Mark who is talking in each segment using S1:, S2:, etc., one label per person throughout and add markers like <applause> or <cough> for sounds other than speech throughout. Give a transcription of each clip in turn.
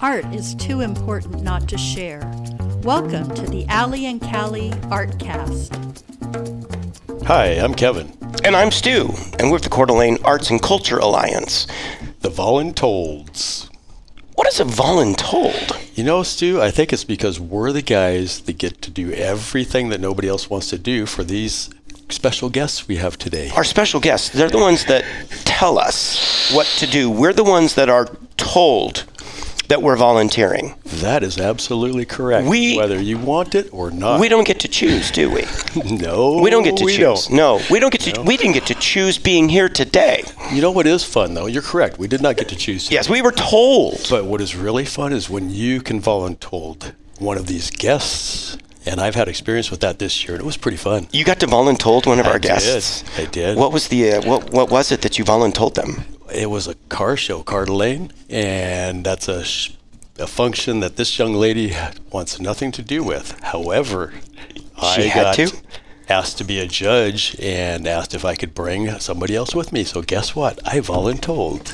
S1: art is too important not to share. Welcome to the Alley and Callie Artcast.
S2: Hi, I'm Kevin.
S3: And I'm Stu, and we're with the Coeur d'Alene Arts and Culture Alliance.
S2: The Voluntolds.
S3: What is a voluntold?
S2: You know, Stu, I think it's because we're the guys that get to do everything that nobody else wants to do for these special guests we have today.
S3: Our special guests, they're the ones that tell us what to do. We're the ones that are told that we're volunteering.
S2: That is absolutely correct.
S3: We-
S2: whether you want it or not.
S3: We don't get to choose, do we?
S2: <laughs> No.
S3: We don't get to
S2: we
S3: choose.
S2: don't.
S3: No, we don't get to we didn't get to choose being here today.
S2: You know what is fun though? You're correct. We did not get to choose.
S3: Yes, we were told.
S2: But what is really fun is when you can voluntold one of these guests. And I've had experience with that this year, and it was pretty fun.
S3: You got to voluntold one of
S2: I
S3: our
S2: did.
S3: guests.
S2: I did.
S3: What was the uh, what what was it that you voluntold them?
S2: it was a car show, Car Lane, and that's a, sh- a function that this young lady <laughs> wants nothing to do with. However, I
S3: She had
S2: got
S3: to?
S2: asked to be a judge and asked if I could bring somebody else with me. So guess what? I voluntold.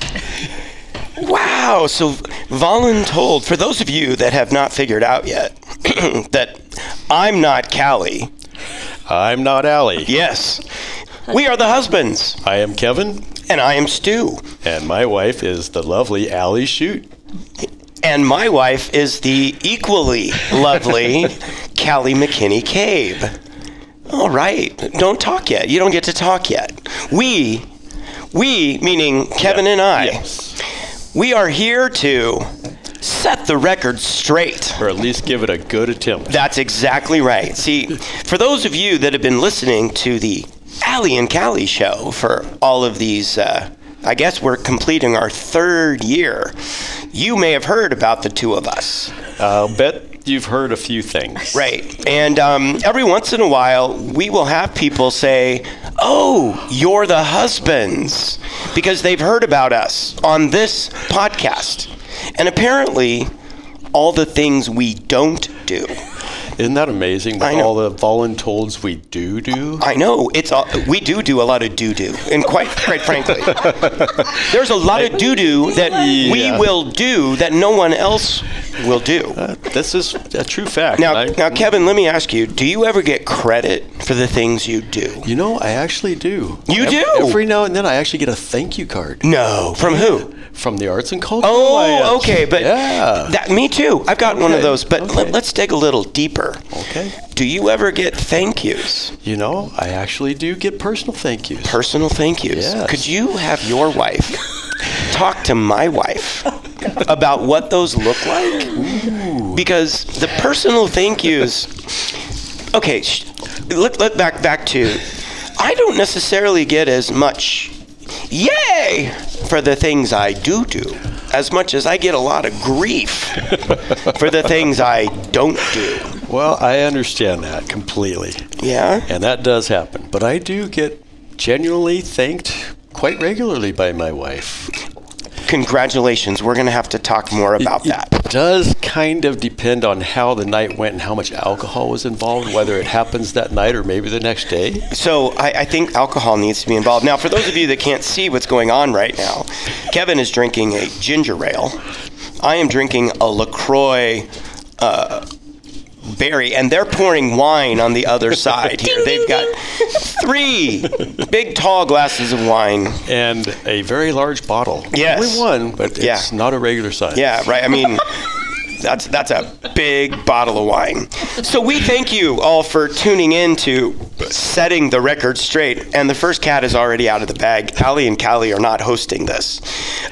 S3: Wow. So, voluntold, for those of you that have not figured out yet <clears throat> that I'm not Callie,
S2: I'm not Allie.
S3: yes, we are the husbands,
S2: I am Kevin,
S3: and I am Stu,
S2: and my wife is the lovely Allie Shute.
S3: and my wife is the equally lovely Callie McKinney Cabe. All right. Don't talk yet. You don't get to talk yet. We, we, meaning Kevin and I,
S2: Yes.
S3: we are here to set the record straight.
S2: Or at least give it a good attempt.
S3: That's exactly right. See, for those of you that have been listening to the Allie and Callie show for all of these, uh, I guess we're completing our third year. You may have heard about the two of us,
S2: I'll bet you've heard a few things.
S3: right? And um, every once in a while, we will have people say, "Oh, you're the husbands," because they've heard about us on this podcast, and apparently, all the things we don't do.
S2: Isn't that amazing?
S3: I
S2: With
S3: know.
S2: all the voluntolds we do do.
S3: I know it's all, we do do a lot of doo doo, and quite
S2: <laughs>
S3: quite frankly, there's a lot of doo doo that we
S2: Yeah.
S3: will do that no one else will do.
S2: This is a true fact.
S3: Now,
S2: I-
S3: now, Kevin, let me ask you: Do you ever get credit for the things you do?
S2: You know, I actually do.
S3: You
S2: Ev-
S3: do?
S2: Every now and then, I actually get a thank you card
S3: No, from who?
S2: from the Arts and Culture. Alliance.
S3: Oh, okay, but
S2: yeah,
S3: that me too. I've gotten one of
S2: Okay,
S3: those, but
S2: okay.
S3: let, us dig a little deeper.
S2: Okay.
S3: Do you ever get thank yous?
S2: you know, I actually do get personal thank yous.
S3: Personal thank yous.
S2: Yes.
S3: Could you have your wife talk to my wife about what those look like? Because the personal thank yous. Okay, sh- look, look back back to. I don't necessarily get as much yay for the things I do do as much as I get a lot of grief for the things I don't do.
S2: well, I understand that completely,
S3: Yeah?
S2: and that does happen. But I do get genuinely thanked quite regularly by my wife.
S3: Congratulations. We're going to have to talk more about
S2: it
S3: that.
S2: does kind of depend on how the night went and how much alcohol was involved, whether it happens that night or maybe the next day.
S3: So I, I think alcohol needs to be involved. Now, for those of you that can't see what's going on right now, Kevin is drinking a ginger ale. I am drinking a Lacroix. Uh, Berry, and they're pouring wine on the other side here. They've got three big, tall glasses of wine.
S2: and a very large bottle.
S3: Yes.
S2: Only one, but
S3: Yeah.
S2: it's not a regular size.
S3: Yeah, right. I mean, that's that's a big bottle of wine. So we thank you all for tuning in to setting the record straight. And the first cat is already out of the bag. Allie and Callie are not hosting this.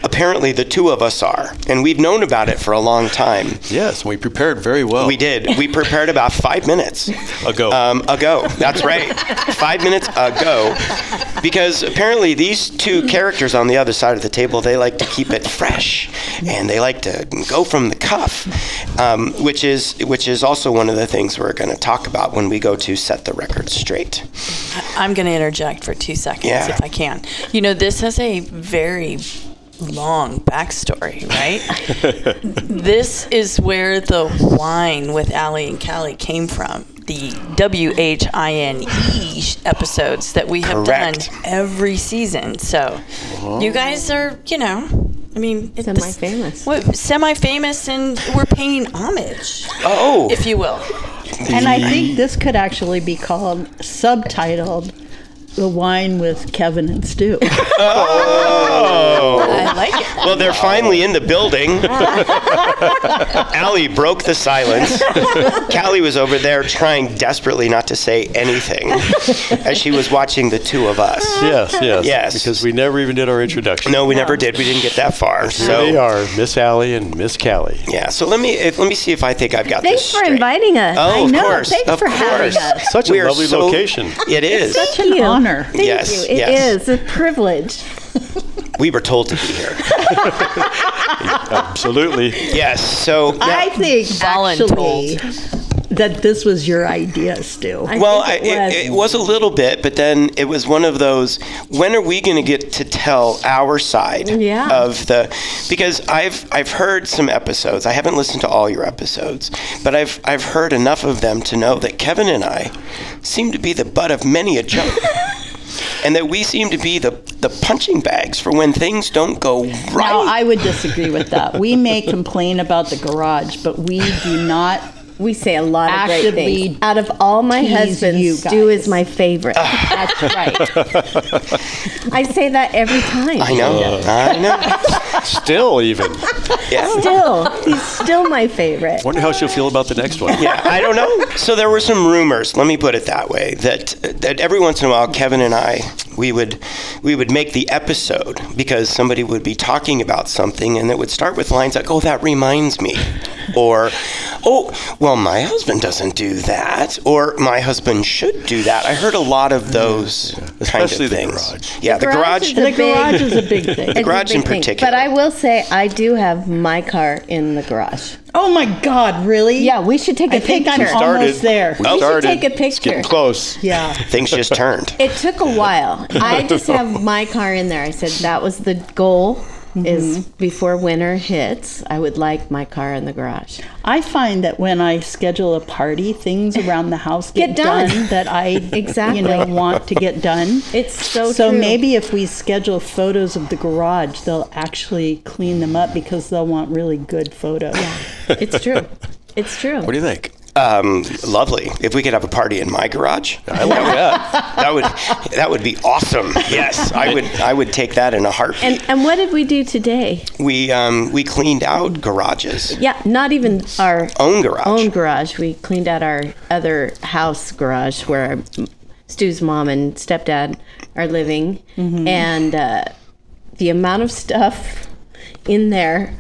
S3: Apparently, the two of us are, and we've known about it for a long time.
S2: Yes, we prepared very well.
S3: We did. We prepared about five minutes
S2: Oh. Ago.
S3: Um, ago. That's right. five minutes ago. Because apparently these two characters on the other side of the table, they like to keep it fresh, and they like to go from the cuff, um, which is which is also one of the things we're going to talk about when we go to set the record straight.
S4: I'm going to interject for two seconds
S3: Yeah.
S4: if I can. You know, this has a very long
S3: <laughs>
S4: backstory, right? this is where the wine with Allie and Callie came from. The W H I N E episodes that we have
S3: Correct. Oh.
S4: done every season. So you guys are, you know, I mean, it's the-
S5: Semi-famous.
S4: What semi-famous, and we're paying homage,
S3: Oh,
S4: if you will.
S6: And I think this could actually be called subtitled The Wine with Kevin and Stu.
S4: I like it.
S3: well, they're finally in the building. <laughs> Allie broke the silence. Callie was over there trying desperately not to say anything as she was watching the two of us.
S2: Yes, yes,
S3: Yes.
S2: Because we never even did our introduction.
S3: No, we never did. We didn't get that far.
S2: Here they
S3: So
S2: are Miss Allie and Miss Callie.
S3: yeah. So let me if, let me see if I think I've got
S5: Thanks
S3: this.
S5: for
S3: straight.
S5: inviting us.
S3: Oh,
S5: I
S3: of
S5: know.
S3: course.
S5: Thanks
S3: of
S5: for
S3: course.
S5: having us.
S2: Such a
S3: We are
S2: lovely
S3: so-
S2: location.
S3: It is.
S5: Such
S6: an honor.
S5: Thank
S3: Yes,
S5: you. It
S3: yes.
S5: is a privilege.
S3: We were told to be here.
S2: Absolutely.
S3: Yes. So
S6: I think actually
S4: Voluntold.
S6: that this was your idea, Stu.
S5: I
S3: <laughs> well,
S5: think
S3: I, it, it was a little bit, but then it was one of those. When are we going to get to tell our side
S5: Yeah.
S3: of the? Because I've I've heard some episodes. I haven't listened to all your episodes, but I've I've heard enough of them to know that Kevin and I seem to be the butt of many a joke. And that we seem to be the, the punching bags for when things don't go right.
S6: Now, I would disagree with that. We may complain about the garage, but we do not.
S5: we say a lot of great
S6: Actively
S5: things. Out of all my
S6: tease you
S5: husbands, Stu
S6: guys.
S5: is my favorite.
S3: Ah.
S6: That's right.
S5: I say that every time.
S3: I know. I know.
S2: Still, even.
S3: Yeah.
S5: Still, he's still my favorite.
S2: Wonder how she'll feel about the next one.
S3: yeah, I don't know. So there were some rumors. Let me put it that way. That that every once in a while, Kevin and I, we would we would make the episode because somebody would be talking about something, and it would start with lines like, "Oh, that reminds me," or, "Oh, well, my husband doesn't do that," or "My husband should do that." I heard a lot of those kind
S2: Especially
S3: of
S2: the
S3: things.
S2: garage.
S3: Yeah, the,
S5: garage
S3: garage.
S5: is
S6: The
S5: a big-
S6: garage is a big thing.
S5: it's a
S3: garage in
S5: big thing.
S3: particular.
S5: But I will say, I do have my car in the garage.
S6: Oh my God, really?
S5: Yeah, we should take a
S6: I think I'm
S5: picture.
S6: almost there.
S2: We
S5: should
S2: started.
S5: take a
S2: It's getting
S5: picture.
S2: close.
S6: Yeah.
S3: Things just turned.
S5: It took a
S3: <laughs>
S5: while. I just have my car in there. I said that was the goal. Is
S6: Mm-hmm.
S5: before winter hits, I would like my car in the garage.
S6: I find that when I schedule a party, things around the house get,
S5: Get done.
S6: that I
S5: Exactly.
S6: you know want to get done.
S5: It's so
S6: so
S5: true.
S6: maybe if we schedule photos of the garage, they'll actually clean them up because they'll want really good photos.
S5: <laughs> It's true. It's true.
S2: What do you think?
S3: Um, lovely. If we could have a party in my garage, I like that. <laughs> That would that would be awesome. Yes, I would I would take that in a heartbeat.
S5: And and what did we do today?
S3: we um, we cleaned out garages,
S5: Yeah, not even our
S3: own garage.
S5: own garage. We cleaned out our other house garage where Stu's mom and stepdad are living,
S6: Mm-hmm.
S5: and uh, the amount of stuff in there.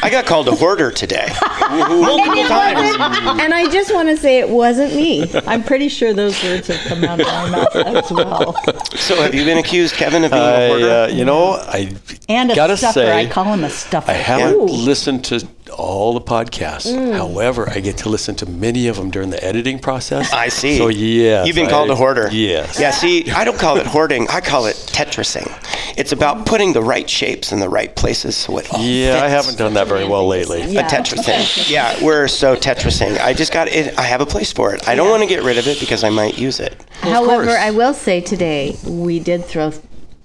S3: I got called a hoarder
S5: <laughs>
S3: today, multiple times.
S5: And I just want to say it wasn't me.
S6: I'm pretty sure those words have come out of my mouth as well.
S3: So have you been accused, Kevin, of being
S2: I,
S3: a hoarder?
S2: uh, you know, I
S6: And a
S2: gotta
S6: stuffer.
S2: say,
S6: I call him a stuffer.
S2: I haven't
S6: Ooh.
S2: listened to all the podcasts.
S3: Mm.
S2: However, I get to listen to many of them during the editing process.
S3: I see.
S2: So yeah,
S3: you've been called
S2: a
S3: a hoarder.
S2: Yes.
S3: Yeah. See, I don't call it hoarding. I call it tetrising. It's about putting the right shapes in the right places so it all
S2: Yeah, I
S3: fits.
S2: haven't done that very well lately.
S3: a
S5: <laughs>
S3: tetrising. yeah, we're so tetrising. I just got it. I have a place for it. I don't want to get rid of it because I might use it.
S5: However, I will say today we did throw.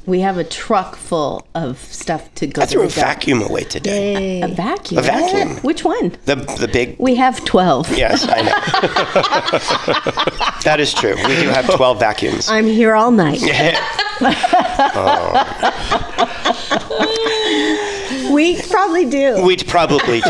S5: We have a truck full of stuff to go.
S3: I
S5: to
S3: threw a
S5: the dump.
S3: vacuum away today.
S5: A vacuum.
S3: A vacuum.
S5: Which one?
S3: The the big.
S5: We have twelve.
S3: Yes, I
S5: <laughs>
S3: know. <laughs> that is true. We do have twelve vacuums.
S5: I'm here all night. <laughs>
S3: Oh.
S5: We probably do.
S3: we probably
S5: <laughs>
S3: do.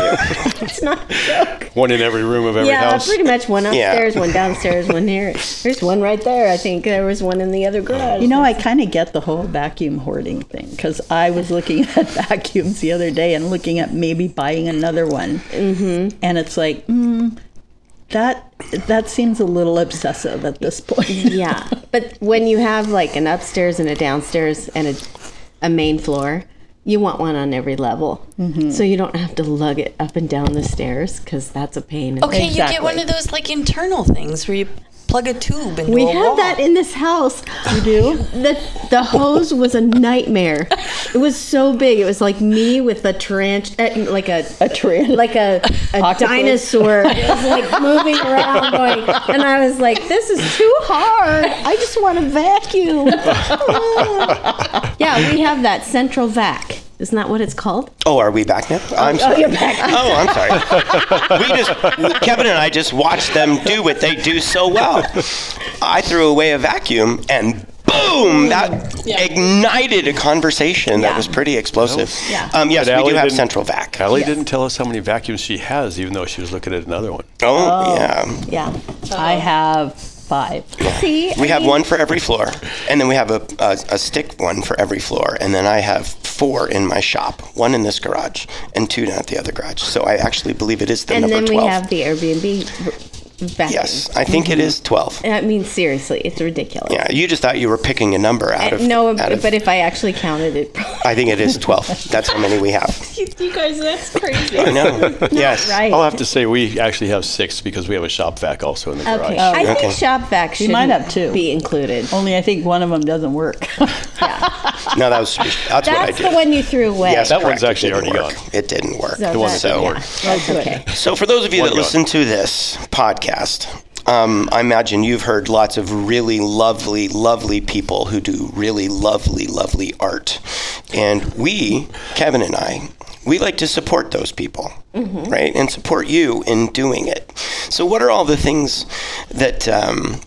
S5: It's not a joke.
S2: One in every room of every
S5: yeah,
S2: house.
S5: pretty much one
S3: Yeah.
S5: upstairs, one downstairs, one here. There's one right there. I think there was one in the other garage.
S6: You know, I kind of get the whole vacuum hoarding thing because I was looking <laughs> at vacuums the other day and looking at maybe buying another one, mm-hmm. and it's like mm, that that seems a little obsessive at this
S5: <laughs>
S6: point.
S5: yeah, but when you have like an upstairs and a downstairs and a, a main floor, you want one on every level, so you don't have to lug it up and down the stairs because that's a pain. in
S4: Okay,
S5: the-
S4: you get one of those like internal things where you plug a tube into
S5: We
S4: a wall.
S5: have that in this house. You do? <laughs> The the hose was a nightmare. It was so big. It was like me with a tarantula, like a
S6: A tarant-
S5: like a, a <laughs>
S6: Octopus.
S5: dinosaur. It was like moving around, going, and I was like, "This is too hard. I just want to vacuum." yeah, we have that central vac. Isn't that what it's called?
S3: Oh, are we back now? I'm sorry.
S5: you're back.
S3: <laughs> Oh, I'm sorry. we just Kevin and I just watched them do what they do so well. I threw away a vacuum and boom, that
S4: Yeah.
S3: ignited a conversation that
S4: Yeah.
S3: was pretty explosive.
S6: Yeah.
S3: Um, yes,
S2: But
S3: we
S2: Allie
S3: do have
S2: didn't-
S3: central vac.
S2: Allie didn't tell us how many vacuums she has, even though she was looking at another one.
S3: Oh, yeah.
S5: Yeah.
S6: <laughs> I have five.
S5: See,
S3: We
S5: I
S3: have
S5: mean,
S3: one for every floor, and then we have a, a, a stick one for every floor, and then I have four in my shop, one in this garage, and two down at the other garage. So I actually believe it is the
S5: And
S3: number
S5: then we
S3: 12.
S5: have the Airbnb back.
S3: yes, I think it is 12.
S5: I mean, seriously, it's ridiculous.
S3: Yeah, you just thought you were picking a number out of.
S5: no,
S3: out of-
S5: but if I actually counted it, probably
S3: I think it is twelve. That's how many we
S5: <laughs>
S3: have.
S4: You guys, that's crazy.
S3: I know. yes.
S5: right.
S2: I'll have to say we actually have six because we have a shop vac also in the garage.
S5: okay. I
S3: okay.
S5: think shop vac should
S6: might have two.
S5: be included.
S6: Only I think one of them doesn't work.
S3: No, that was that's, what I
S5: That's
S3: did.
S5: the one you threw away.
S3: Yes,
S2: That one's
S3: correct. It
S2: actually
S3: didn't
S2: already
S3: work.
S2: gone.
S3: It didn't work.
S5: So The one that
S3: so,
S5: didn't work. That's okay.
S3: so for those of you that
S2: gone.
S3: listen to this podcast, um, I imagine you've heard lots of really lovely, lovely people who do really lovely, lovely art, and we, Kevin and I, we like to support those people,
S5: Mm-hmm.
S3: right, and support you in doing it. So, what are all the things that?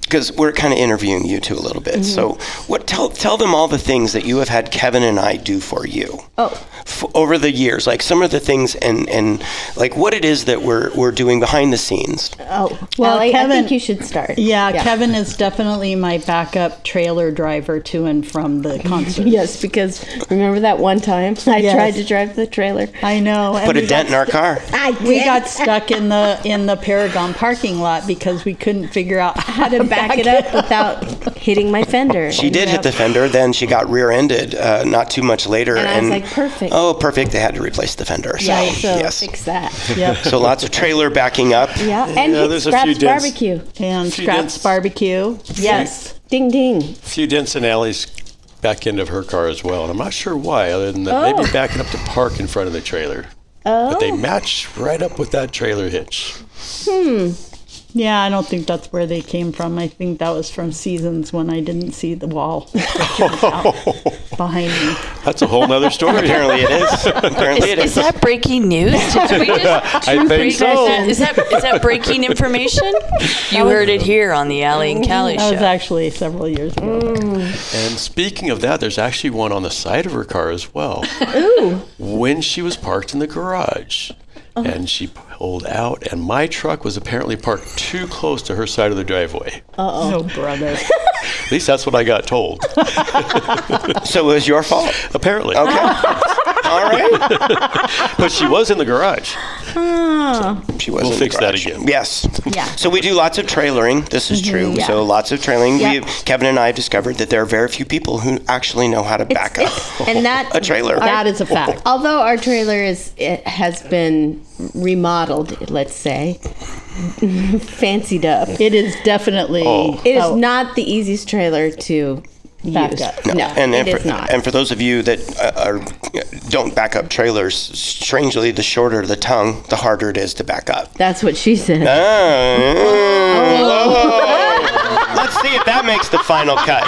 S3: Because we're kind of interviewing you two a little bit.
S5: Mm-hmm.
S3: So, what? Tell tell them all the things that you have had Kevin and I do for you.
S5: Oh.
S3: F- over the years, like some of the things and and like what it is that we're we're doing behind the scenes.
S5: Oh,
S6: Well,
S5: well, I
S6: Kevin-
S5: think you should start.
S6: Yeah, Kevin is definitely my backup trailer driver to and from the concert.
S5: Yes, because remember that one time I
S6: Yes.
S5: tried to drive the trailer?
S6: I know. and
S3: Put a
S6: we
S3: dent in our car.
S5: I did.
S6: we got stuck in the in the Paragon parking lot because we couldn't figure out how
S5: <laughs>
S6: to
S5: back it up without hitting my fender.
S3: She did hit the fender. Then she got rear-ended uh, not too much later.
S5: And I was like, perfect.
S3: Oh, perfect! They had to replace the fender. So,
S5: Yeah, so
S3: yes.
S5: fix that.
S6: Yep.
S3: So lots of trailer backing up.
S5: Yeah, and
S2: Yeah,
S5: hit
S2: there's a few
S5: Scraps
S2: dents.
S5: Barbecue.
S6: And
S2: She
S6: Scraps
S2: did.
S6: Barbecue.
S5: Yes. Ding ding.
S2: A few dents in Allie's back end of her car as well, and I'm not sure why, other than that maybe backing up to park in front of the trailer. Oh. But they match right up with that trailer hitch.
S6: Yeah, I don't think that's where they came from. I think that was from seasons when I didn't see the wall behind me.
S2: That's a whole nother story. <laughs>
S3: Apparently it
S5: <laughs>
S3: is. Apparently it
S4: Is, is
S3: is.
S4: that breaking news? Did we
S2: <laughs>
S4: just
S2: I think
S4: break that?
S2: so.
S4: Is that is that breaking information? You heard it here on the Alley and Callie
S6: That was
S4: show.
S6: actually several years ago.
S2: And speaking of that, there's actually one on the side of her car as well. Ooh. Oh. When she was parked in the garage. And she pulled out, and my truck was apparently parked too close to her side of the driveway.
S6: Oh, brother.
S2: At least that's what I got told.
S3: So it was your fault.
S2: apparently. <laughs>
S3: Okay. All right.
S2: But she was in the garage.
S3: She was.
S2: We'll
S3: in the
S2: fix that
S3: garage.
S2: again.
S3: Yes. Yeah. So we do lots of trailering. This is true. So lots of trailering.
S5: Yeah.
S3: We Kevin and I have discovered that there are very few people who actually know how to back up.
S5: and that
S3: a trailer.
S6: That is a fact.
S5: <laughs> Although our trailer is it has been remodeled, let's say, <laughs> fancied up.
S6: It is definitely.
S5: It is
S6: oh,
S5: not the easiest trailer to
S6: Back
S5: use.
S6: up.
S5: No,
S3: and
S5: it
S3: and
S5: is
S3: for,
S5: not.
S3: and for those of you that uh, are, don't back up trailers, strangely, the shorter the tongue, the harder it is to back up.
S5: That's what she said.
S3: Um, Oh. Let's see if that makes the final cut.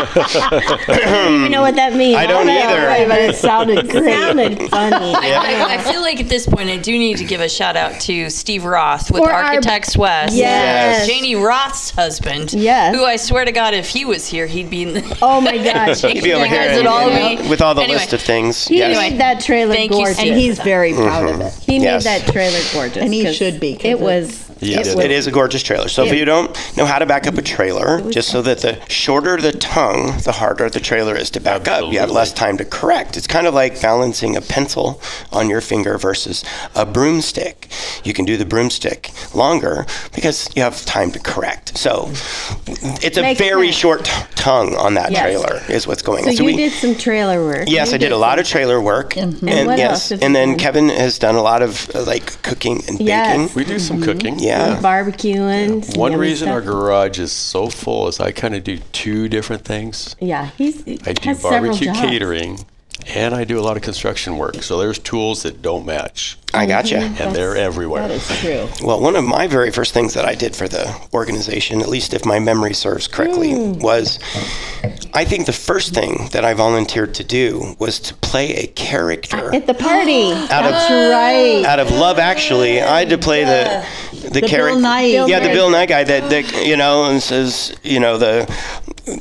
S5: You know what that means?
S3: I don't either.
S5: right, but
S3: <laughs>
S5: it sounded great. sounded funny.
S4: I, I feel like at this point I do need to give a shout out to Steve Roth with
S5: For our-
S4: Architects West.
S5: Yes.
S4: Janie Roth's husband.
S5: Yes.
S4: Who I swear to God, if he was here, he'd be in the
S5: Oh my
S3: <laughs>
S5: gosh.
S4: He'd
S3: Be over here
S4: has
S3: and-
S4: it all
S3: and
S4: made-
S3: with all the
S4: Anyway,
S3: list of things.
S5: He
S3: yes. Mm-hmm.
S5: made that trailer
S4: Thank you,
S5: gorgeous.
S4: Steve.
S6: And he's very proud of it.
S5: he
S3: Yes.
S5: made that trailer gorgeous.
S6: And he
S5: 'cause
S6: should be, 'cause
S5: It
S6: it-
S5: was.
S2: Yes,
S5: it
S2: it
S5: was
S3: It is a gorgeous trailer. So if you don't know how to back up a trailer, just so that the shorter the tongue, the harder the trailer is to back up. You have less time to correct. It's kind of like balancing a pencil on your finger versus a broomstick. You can do the broomstick longer because you have time to correct. So it's a
S5: Makes
S3: very
S5: sense.
S3: short t- tongue on that
S5: Yes.
S3: trailer is what's going
S5: So
S3: on.
S5: you did some trailer work.
S3: Yes,
S5: You
S3: I did a lot of trailer work, and,
S5: And what else
S3: yes,
S5: have
S3: and
S5: you
S3: then
S5: done?
S3: Kevin has done a lot of uh, like cooking and
S5: Yes.
S3: baking.
S2: We do some cooking.
S5: some
S3: Yeah,
S5: barbecuing. some
S2: One
S5: yummy
S2: reason
S5: stuff.
S2: our garage is so full is I kind of do two different things.
S5: Yeah, he's.
S2: I do
S5: has several
S2: barbecue
S5: jobs.
S2: catering and I do a lot of construction work. So there's tools that don't match,
S3: I gotcha.
S2: and they're everywhere.
S5: That is true.
S3: Well, one of my very first things that I did for the organization, at least if my memory serves correctly, was I think the first thing that I volunteered to do was to play a character
S5: At the
S3: <gasps>
S5: party.
S3: out of
S5: That's right.
S3: out of Love Actually. I had to play the the, character.
S6: Knight. Bill
S3: yeah, the
S5: Murray.
S3: Bill Nye guy that, that you know and says you know the.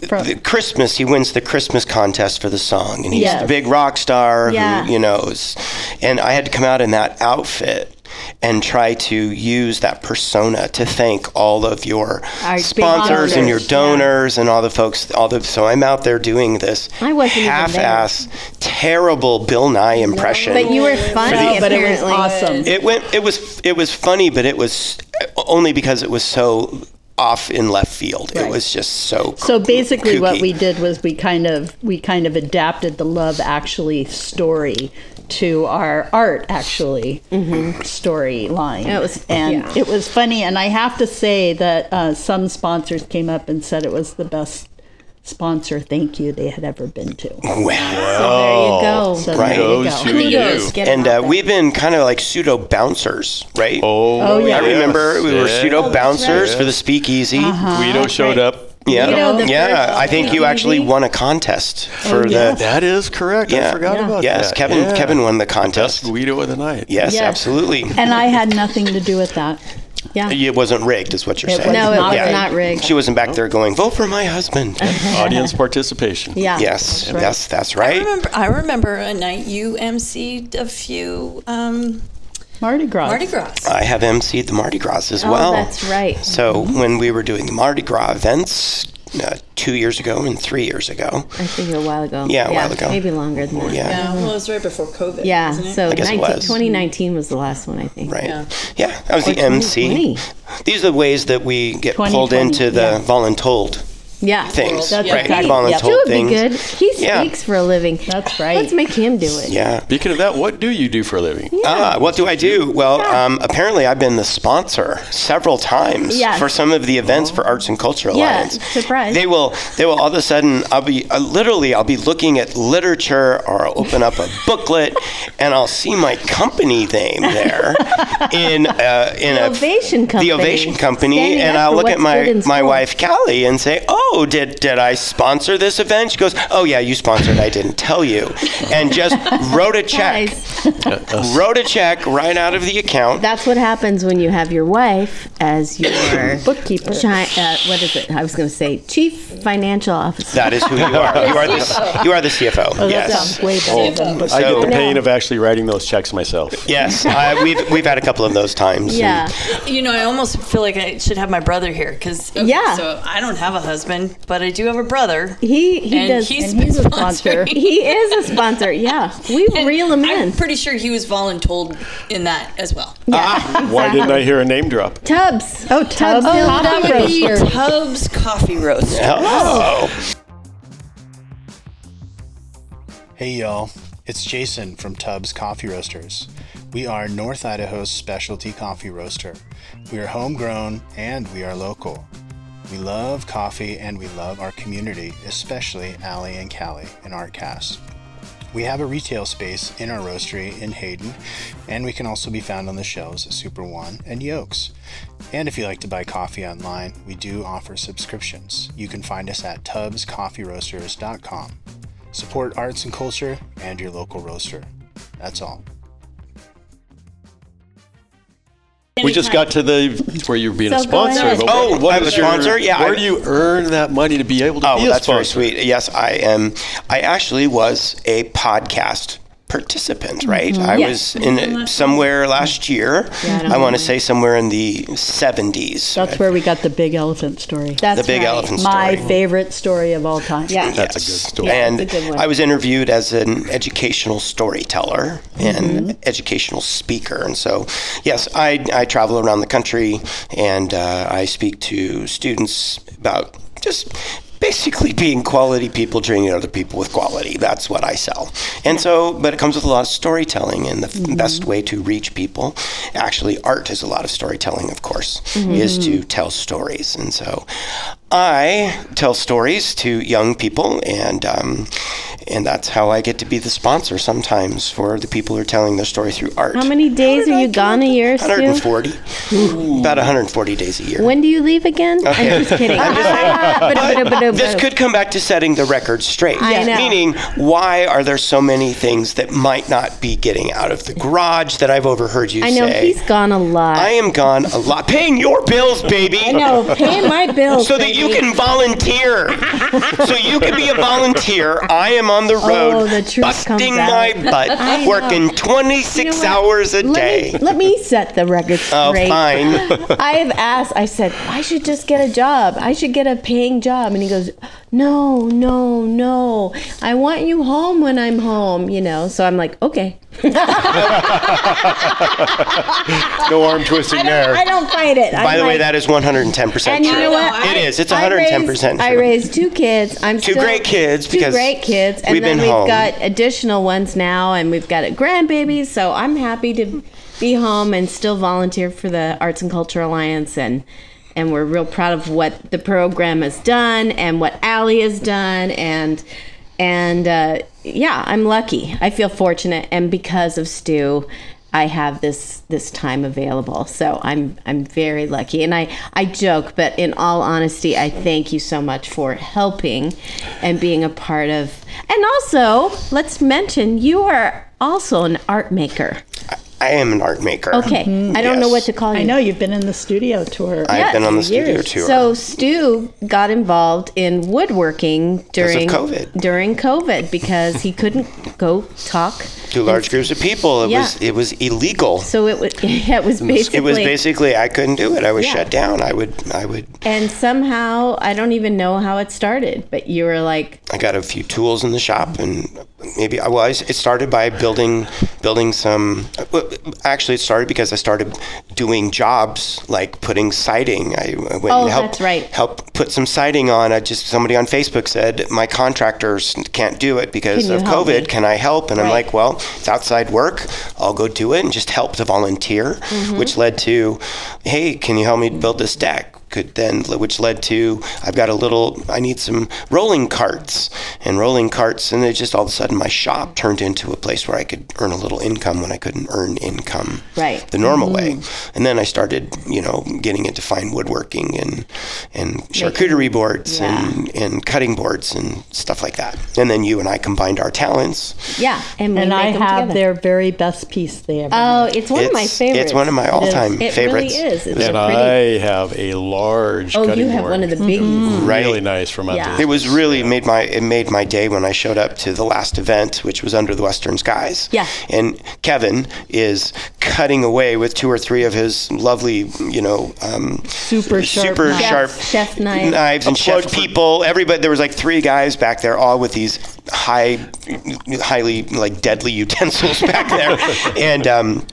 S6: From-
S3: the Christmas, he wins the Christmas contest for the song, and he's
S5: Yes.
S3: the big rock star
S5: Yeah.
S3: who you know. is- And I had to come out in that outfit and try to use that persona to thank all of your
S5: Our big
S3: sponsors and your
S5: donors,
S3: donors
S5: yeah.
S3: and all the folks. All the so I'm out there doing this
S5: I wasn't even there.
S3: half-ass, terrible Bill Nye impression.
S5: But you were funny,
S6: No, but it was
S5: apparently.
S6: awesome.
S3: It went. It was. It was funny, but it was only because it was so off in left field. It
S6: Right.
S3: was just so.
S6: So
S3: koo-
S6: basically, what
S3: kooky.
S6: we did was we kind of we kind of adapted the Love Actually story to our Art Actually storyline.
S5: It was-
S6: and
S5: yeah.
S6: it was funny, and I have to say that uh, some sponsors came up and said it was the best sponsor thank you they had ever been to.
S3: Well,
S5: There you go.
S6: So
S3: Right.
S6: there
S2: Those
S6: you go.
S2: who-
S5: Kudos.
S2: Oh. you.
S5: Get
S3: and
S5: out
S3: uh,
S5: there.
S3: we've been kind of like pseudo bouncers, right?
S2: Oh,
S6: yeah.
S3: I remember
S2: yes,
S3: we were
S2: yes.
S3: pseudo bouncers for the speakeasy.
S2: Guido showed up.
S3: Yeah,
S5: Guido, the
S3: yeah.
S5: first
S3: I think you actually won a contest for the.
S2: That is correct.
S3: Yeah.
S2: I forgot
S3: Yeah.
S2: about
S3: Yes,
S2: that.
S3: Kevin.
S2: Yeah.
S3: Kevin won the
S2: Best
S3: contest.
S2: Guido of the night.
S3: Yes,
S5: Yes.
S3: absolutely.
S6: And I had nothing to do with that.
S5: Yeah.
S3: It wasn't rigged, is what you're
S6: It
S3: saying.
S6: was
S5: No, it
S6: not
S5: was
S6: rigged.
S5: not rigged.
S3: She wasn't back there going, "Vote for my husband."
S2: Audience participation.
S5: Yeah.
S3: yes, yes, that's right.
S4: I remember, I remember a night you emceed a few um,
S6: Mardi
S2: Uh,
S6: Gras.
S4: Mardi Gras.
S3: I have emceed the Mardi Gras as
S5: Oh,
S3: well.
S5: that's right.
S3: So when we were doing the Mardi Gras events uh, two years ago and three years ago,
S5: I think a while ago.
S3: Yeah, a while ago.
S5: Maybe longer than that.
S3: yeah,
S4: Yeah, well, it was right before COVID.
S5: Yeah,
S4: wasn't it?
S5: so
S3: guess it
S5: 19,
S3: was.
S5: 2019 was the last one, I think.
S3: right.
S4: Yeah.
S3: Yeah. I was
S5: Or
S3: the MC.
S5: 2020.
S3: These are the ways that we get pulled
S6: 2020,
S3: into the
S6: yeah.
S3: voluntold
S5: Yeah.
S3: things,
S6: That's
S3: right?
S6: okay.
S3: Voluntold
S6: Yep.
S5: He would be
S3: things.
S5: good. He speaks
S3: Yeah.
S5: for a living.
S6: That's right.
S5: Let's make him do it.
S3: Yeah.
S2: Speaking of that, what do you do for a living?
S3: Ah, what do I do? Well, um, apparently I've been the sponsor several times
S5: Yes.
S3: for some of the events for Arts and Culture
S5: Yeah,
S3: Alliance.
S5: surprise.
S3: They will. They will. All of a sudden, I'll be uh, literally. I'll be looking at literature, or I'll open up a booklet, and I'll see my company name
S5: <laughs>
S3: there in uh, in
S5: The
S3: a
S5: Ovation Company.
S3: the Ovation Company,
S5: Standing
S3: and
S5: up
S3: I'll
S5: for
S3: look at
S5: what's good
S3: my
S5: in
S3: my
S5: school.
S3: wife Callie and say, "Oh, did did I sponsor this event?" She goes, "Oh yeah, you sponsored. I didn't tell you," and
S5: <laughs>
S3: just wrote a check
S5: Guys,
S3: wrote a check right out of the account.
S5: that's what happens when you have your wife as your
S3: <coughs>
S6: Bookkeeper.
S5: Chi- uh, what is it? I was going to say chief financial officer.
S3: that is who you
S5: <laughs>
S3: are. You are the you are the
S5: Oh,
S3: CFO.
S6: That
S3: yes.
S6: sounds way better than
S2: I get
S3: So-
S2: the pain of actually writing those checks myself.
S3: Yes, I, we've we've had a couple of those times. and-
S5: yeah.
S4: You know, I almost feel like I should have my brother here because
S5: Yeah.
S4: So I don't have a husband, but I do have a brother.
S5: He he
S4: and
S5: does.
S4: he's,
S5: and he's,
S6: a
S4: been
S6: sponsor.
S4: <laughs> sponsoring.
S5: he is a sponsor. Yeah. We reel him
S4: I'm
S5: in.
S4: pretty sure he was voluntold in that as well.
S2: Why didn't I hear a name drop?
S5: Tubbs.
S6: Oh, Tubbs.
S5: Hill
S6: Oh,
S5: Coffee
S6: that would
S5: Roaster.
S6: be-
S4: He Tubbs Coffee Roast.
S3: Hello.
S7: Hey y'all, it's Jason from Tubbs Coffee Roasters. We are North Idaho's specialty coffee roaster. We are homegrown and we are local. We love coffee and we love our community, especially Allie and Callie in ArtCast. We have a retail space in our roastery in Hayden, and we can also be found on the shelves at Super One and Yokes. And if you like to buy coffee online, we do offer subscriptions. You can find us at tubbscoffeeroasters.com. Support arts and culture and your local roaster. That's all.
S2: We just got to the where you're being a
S5: So go
S2: sponsor.
S5: ahead.
S2: but
S3: Oh,
S2: what- what
S3: I'm a
S2: is your-
S3: sponsor? Yeah,
S2: Where
S3: I-
S2: do you earn that money to be able to
S3: Oh,
S2: be
S3: well,
S2: a
S3: that's very
S2: sponsor?
S3: sweet. Yes, I am. I actually was a podcast participant, right? I was in a, somewhere last year. I, want to say somewhere in the 70s.
S6: That's where we got the big elephant story.
S5: That's
S3: the big
S5: right.
S3: elephant
S6: my
S3: story.
S6: favorite story of all time.
S5: Yeah.
S2: That's a good story.
S3: and
S5: that's a good one.
S3: I was interviewed as an educational storyteller
S5: Mm-hmm.
S3: and educational speaker. And so, yes, I, I travel around the country and uh, I speak to students about just basically being quality people, treating other people with quality. That's what I sell. And so, but it comes with a lot of storytelling, and the f
S5: Mm-hmm.
S3: best way to reach people,
S5: Mm-hmm.
S3: actually, art is a lot of storytelling, of course, is to tell stories. And so, I tell stories to young people, and um, and that's how I get to be the sponsor sometimes for the people who are telling their story through art.
S5: How many days are you gone a year, Stu?
S3: 140, about 140 days a year.
S5: When do you leave again? I'm
S3: <laughs>
S5: just kidding. <laughs>
S3: But this could come back to setting the record straight.
S5: I know.
S3: Meaning, why are there so many things that might not be getting out of the garage that I've overheard you
S5: I
S3: say?
S5: know he's gone a lot.
S3: I am gone a lot. Paying your bills, baby.
S8: I know, paying
S3: <laughs>
S8: my bills.
S3: So that you
S8: baby.
S3: can volunteer. so you can be a volunteer. I am on the road,
S5: Oh, the truth comes
S3: busting
S5: out.
S3: my butt, working 26
S5: You know what?
S3: hours a
S5: let
S3: day.
S5: Me, let me set the record
S3: <laughs> Oh,
S5: straight.
S3: fine.
S5: I've asked, <laughs> I said, I should just get a job. I should get a paying job. And he goes, No, no, no. I want you home when I'm home, you know. So I'm like,
S9: <laughs>
S5: Okay.
S9: No arm twisting there.
S8: I don't find it.
S3: By the way, that is 110%
S5: And
S3: true.
S5: you know what?
S3: It is. It's
S5: I
S3: 110% true.
S5: raised- I raised two kids. I'm
S3: Two
S5: still-
S3: great kids
S5: Two
S3: because
S5: great kids, and
S3: we've
S5: then
S3: been
S5: we've
S3: home.
S5: got additional ones now, and we've got a grandbaby. So I'm happy to be home and still volunteer for the Arts and Culture Alliance, and and we're real proud of what the program has done and what Allie has done, and and uh, yeah, I'm lucky. I feel fortunate, and because of Stu. I have this this time available. So I'm I'm very lucky. And I I joke, but in all honesty, I thank you so much for helping and being a part of. And also, let's mention you are also an art maker.
S3: I am an art maker.
S5: Okay. I don't know
S3: Yes.
S5: what to call you.
S6: Mm-hmm. I know you've been in the studio tour.
S3: I've been on the studio
S6: years.
S3: tour.
S5: So Stu got involved in woodworking during
S3: COVID.
S5: during COVID because he couldn't go talk.
S3: to large groups of people. It
S5: Yeah.
S3: was it was illegal.
S5: So it was <laughs> yeah, it was basically
S3: it was basically I couldn't do it. I was
S5: Yeah.
S3: shut down. I would I would
S5: And somehow, I don't even know how it started, but you were like,
S3: I got a few tools in the shop and maybe uh, I was it started by building building some well, actually it started because I started doing jobs like putting siding. I, I went
S5: Oh,
S3: and helped
S5: that's right.
S3: help put some siding on. I just somebody on Facebook said my contractors can't do it because
S5: Can you
S3: of
S5: help
S3: COVID.
S5: me?"
S3: Can I help? And I'm
S5: Right.
S3: like, well, it's outside work. I'll go do it and just help to volunteer,
S5: Mm-hmm.
S3: which led to, hey, can you help me build this deck? Could then, which led to, I've got a little, I need some rolling carts and rolling carts. And it just all of a sudden my shop turned into a place where I could earn a little income when I couldn't earn income
S5: Right. Mm-hmm.
S3: the normal way. And then I started, you know, getting into fine woodworking and and charcuterie boards and, and cutting boards and stuff like that. And then you and I combined our talents.
S5: yeah, and we
S6: And
S5: make
S6: I
S5: 'em
S6: have
S5: together.
S6: their very best piece they ever.
S5: Oh, it's one of my
S3: It's-
S5: favorites.
S3: it's one of my
S5: It is.
S3: all-time
S5: it
S3: favorites.
S5: really is. It's
S2: and
S5: a
S2: I
S5: pretty.
S2: have a large.
S5: oh,
S2: cutting
S5: you have
S2: board. Mm-hmm.
S5: one of the
S6: Mm-hmm.
S5: biggies.
S2: Really
S3: Right.
S2: nice from out
S5: Yeah.
S2: there.
S3: It was really made my it made my day when I showed up to the last event, which was under the Western Skies.
S5: Yeah.
S3: And Kevin is cutting away with two or three of his lovely, you know, um,
S6: Super sharp
S3: super
S6: knives.
S3: sharp
S5: Chef knives.
S3: and chef people. Everybody, there was like three guys back there, all with these high, highly like deadly <laughs> utensils back there, and. Um,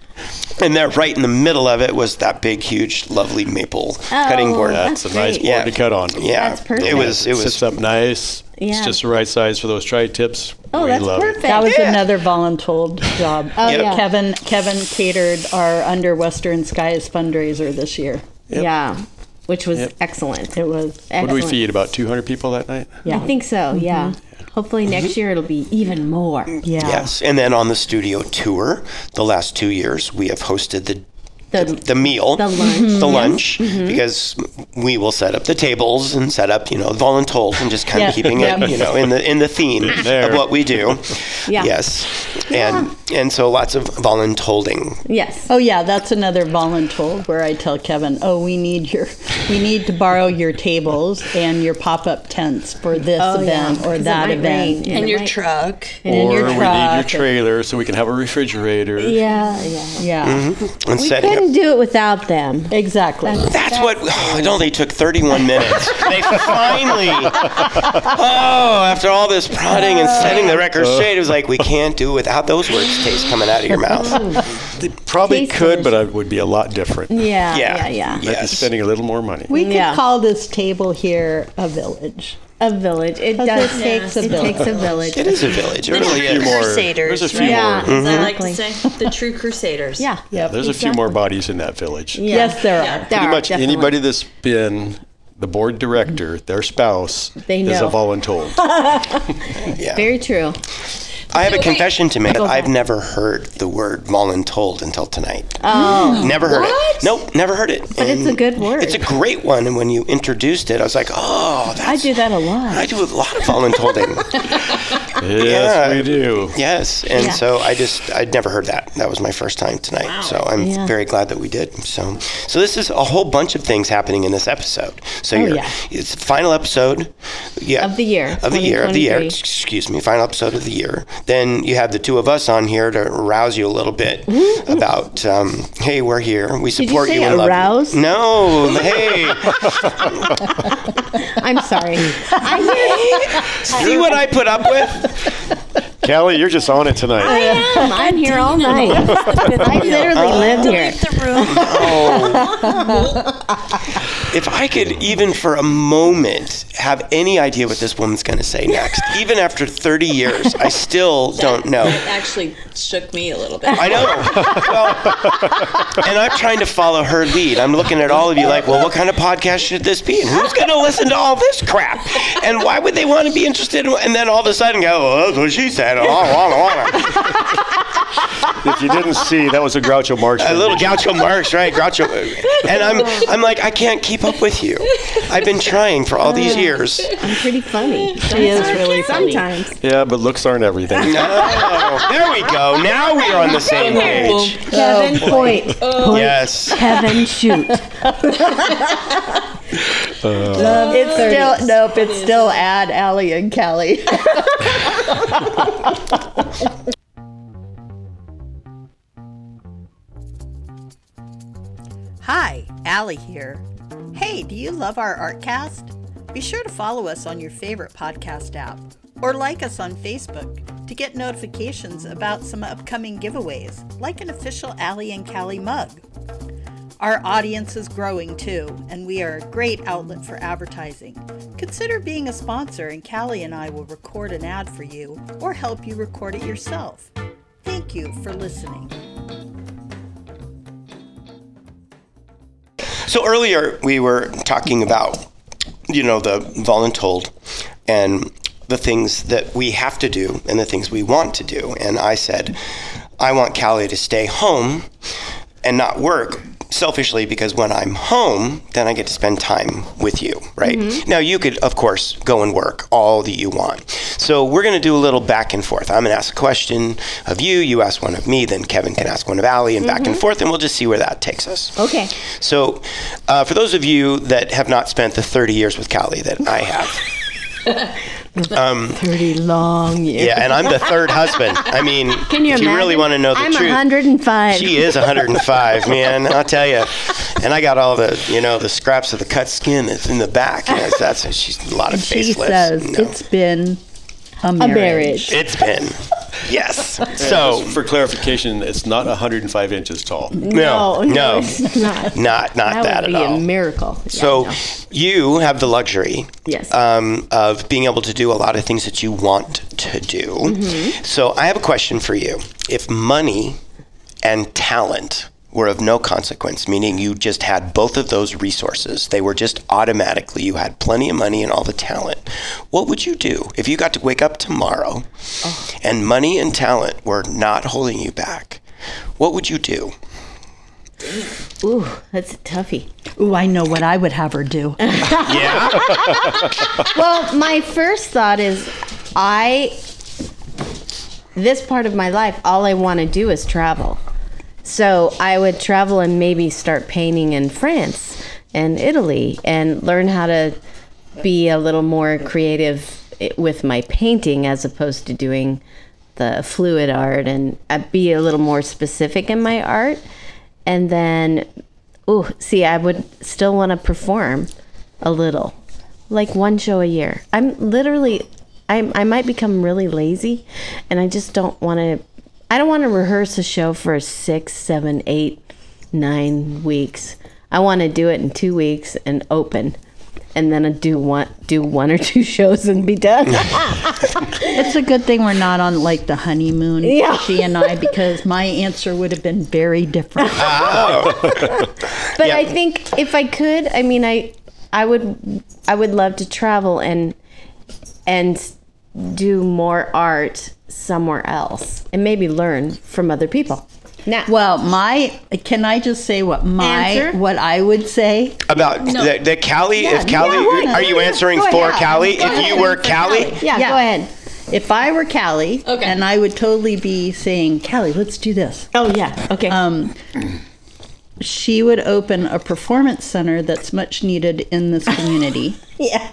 S3: and there, right in the middle of it, was that big, huge, lovely maple Oh, cutting board.
S5: Oh, that's
S2: It's a nice
S5: great.
S2: board to cut on.
S3: Yeah,
S5: That's perfect.
S3: It was. It was
S2: sits up nice.
S5: Yeah.
S2: It's just the right size for those tri-tips.
S5: Oh,
S2: we
S5: that's
S2: love
S5: perfect.
S2: it.
S6: That was another voluntold job. Oh,
S5: Yep. yeah.
S6: Kevin Kevin catered our Under Western Skies fundraiser this year.
S5: Yeah, which was excellent.
S6: It was
S2: What
S5: excellent.
S2: did we feed? About 200 people that night?
S5: I think so. Yeah. Mm-hmm. Hopefully next year it'll be even more.
S6: yeah.
S3: yes. And then on the studio tour, the last two years, we have hosted the
S5: The,
S3: the meal,
S5: The lunch. Mm-hmm.
S3: the lunch, because we will set up the tables and set up, you know, voluntold and just kind
S6: Yeah.
S3: of keeping
S6: Yeah.
S3: it, you know, in the in the theme
S2: there.
S3: of what we do.
S5: Yeah.
S3: Yes, and and so lots of voluntolding.
S5: yes.
S6: Oh yeah, that's another voluntold where I tell Kevin, "Oh, we need your, we need to borrow your tables and your pop-up tents for this
S5: Oh,
S6: event or that event."
S4: And your truck.
S5: And in
S2: or
S5: your
S2: we need your
S6: truck.
S2: trailer so we can have a refrigerator.
S5: Yeah, yeah.
S6: Yeah,
S3: And
S5: We
S3: setting up.
S5: couldn't do it without them.
S6: exactly.
S3: That's what. Oh, it only took 31 minutes. they finally. Oh, after all this prodding and setting the record straight, it was like we can't do without those words taste coming out of your mouth.
S2: They probably
S5: Tastes
S2: could, but it would be a lot different.
S5: Yeah,
S3: Yeah.
S5: yeah, yeah.
S2: Might be
S3: Yes.
S2: spending a little more money.
S6: We could
S5: Yeah.
S6: call this table here a village.
S5: A village. It
S6: Because
S5: does
S6: it
S5: take
S6: takes
S5: a
S6: a
S5: it
S6: village.
S5: takes a village.
S3: It is a village. It really
S4: true
S3: is.
S2: more-
S4: crusaders.
S2: there's a few
S4: right?
S5: Yeah,
S2: more.
S4: As I like to
S5: exactly.
S4: say, the true crusaders.
S5: Yeah.
S6: Yep.
S2: There's a few more bodies in that village.
S5: Yeah.
S6: Yes, there are.
S5: There
S2: Pretty
S5: are,
S2: much
S5: definitely.
S2: anybody that's been the board director, their spouse,
S5: They
S2: is
S5: know.
S2: a
S5: <laughs>
S2: voluntold.
S3: Yeah.
S5: Very true.
S3: I have a confession to make. I've never heard the word voluntold until tonight.
S5: Oh,
S3: <gasps> Never heard
S5: What?
S3: it. Nope, never heard it.
S5: But it's a
S3: And
S5: good word.
S3: It's a great one. And when you introduced it, I was like, oh, that's,
S5: I do that a
S3: <laughs>
S5: lot.
S3: I do a lot of
S5: <laughs>
S3: voluntolding.
S2: yes,
S3: Yeah.
S2: we do.
S3: yes. And so I just, I'd never heard that. That was my first time tonight. So I'm
S5: Yeah.
S3: very glad that we did. So, so this is a whole bunch of things happening in this episode. So you're,
S5: Oh, yeah.
S3: it's the final episode. Yeah.
S5: Of the year,
S3: Of the year. Of the year.
S5: 2023.
S3: Excuse me. Final episode of the year. Then you have the two of us on here to rouse you a little bit about, um, hey, we're here. We
S5: you
S3: support
S5: say
S3: and love
S5: arouse?
S3: You. No.
S5: <laughs>
S3: Hey.
S5: I'm <laughs> sorry.
S3: See what I put up with?
S9: Callie, you're just on it tonight.
S5: I'm, I'm here all night. <laughs> I literally live here.
S4: The room.
S3: If I could even for a moment have any idea what this woman's going to say next, even after 30 years, I still don't know.
S4: It actually shook me a little bit.
S3: I know. Well, and I'm trying to follow her lead. I'm looking at all of you like, well, what kind of podcast should this be? And who's going to listen to all this crap? And why would they want to be interested? In, and then all of a sudden go, well, that's what she said. Oh, oh, oh, oh.
S9: If you didn't see, that was a Groucho Marx.
S3: A little Groucho Marx, right? Groucho. And I'm, I'm like, I can't keep up with you. I've been trying for all these years.
S5: I'm pretty funny.
S6: She is really funny.
S8: Sometimes.
S2: Yeah, but looks aren't everything.
S3: No. <laughs> There we go. Now we are on the same page.
S5: Kevin, point.
S3: Yes.
S5: Oh Kevin, shoot.
S6: It's still nope. It's still ad Allie and <laughs> Callie.
S1: Hi, Allie here. Hey, do you love our Artcast? Be sure to follow us on your favorite podcast app or like us on Facebook to get notifications <laughs> about some upcoming giveaways, like an official Allie and Callie mug. Our audience is growing too, and we are a great outlet for advertising. Consider being a sponsor, and Callie and I will record an ad for you or help you record it yourself. Thank you for listening.
S3: So earlier we were talking about, you know, the voluntold and the things that we have to do and the things we want to do. And I said, I want Callie to stay home and not work selfishly because when I'm home, then I get to spend time with you, right?
S5: Mm-hmm.
S3: Now you could of course go and work all that you want. So we're going to do a little back and forth. I'm going to ask a question of you, you ask one of me, then Kevin can ask one of Allie and back and forth and we'll just see where that takes us.
S5: Mm-hmm. Okay.
S3: So, uh, for those of you that have not spent the 30 years with Callie that I
S5: <laughs>
S3: have,
S5: Pretty long year.
S3: yeah, and I'm the third husband. I mean,
S5: <laughs> Can you
S3: if you
S5: imagine?
S3: really want to know the
S5: I'm
S3: truth,
S5: 105.
S3: she is 105, man. I'll tell you. And I got all the, you know, the scraps of the cut skin that's in the back. Yes, that's she's a lot of
S6: She
S3: facelifts.
S6: says
S3: No.
S6: it's been a
S5: a marriage.
S6: marriage.
S3: it's been. Yes. So,
S2: for clarification, it's not 105 inches tall.
S3: no, no,
S5: it's not.
S3: not, not
S5: That,
S3: that,
S5: would
S3: at
S5: be
S3: all.
S5: a <laughs> miracle. Yeah,
S3: So
S5: no.
S3: you have the luxury
S5: Yes.
S3: um, of being able to do a lot of things that you want to do.
S5: Mm-hmm.
S3: So I have a question for you. If money and talent were of no consequence, meaning you just had both of those resources, they were just automatically, you had plenty of money and all the talent, what would you do if you got to wake up tomorrow
S5: Oh.
S3: and money and talent were not holding you back? What would you do?
S5: Ooh, that's a toughie.
S6: Ooh, I know what I would have her do.
S5: Well, my first thought is I this part of my life all I want to do is travel. So, I would travel and maybe start painting in France and Italy and learn how to be a little more creative i- with my painting as opposed to doing the fluid art and uh, be a little more specific in my art. And then Ooh, see, I would still want to perform a little, like one show a year. I'm literally, I'm, I might become really lazy, and I just don't want to. I don't want to rehearse a show for six, seven, eight, nine weeks. I want to do it in two weeks and open, and then I do one, do one or two <laughs> shows and be done.
S6: It's a good thing we're not on like the honeymoon,
S5: Yeah.
S6: <laughs> she and I, because my answer would have been
S5: <laughs>
S6: very different.
S5: But I think if I could, I mean, I I would I would love to travel and and s- do more art somewhere else and maybe learn from other people. Now,
S6: Well, my can I just say what my
S5: Answer?
S6: what I would say?
S3: About the, the Callie, if
S5: Yeah,
S3: Callie,
S5: what-
S3: are you
S5: yeah,
S3: answering
S5: go
S3: for
S5: ahead.
S3: Callie?
S5: Go
S3: If
S5: ahead.
S3: you were
S5: For
S3: Callie,
S5: yeah,
S6: yeah.
S5: go ahead.
S6: If I were Callie,
S4: Okay.
S6: and I would totally be saying, Callie, let's do this.
S5: Oh yeah, okay.
S6: Um, she would open a performance center that's much needed
S5: <laughs>
S6: in this community.
S8: Yeah.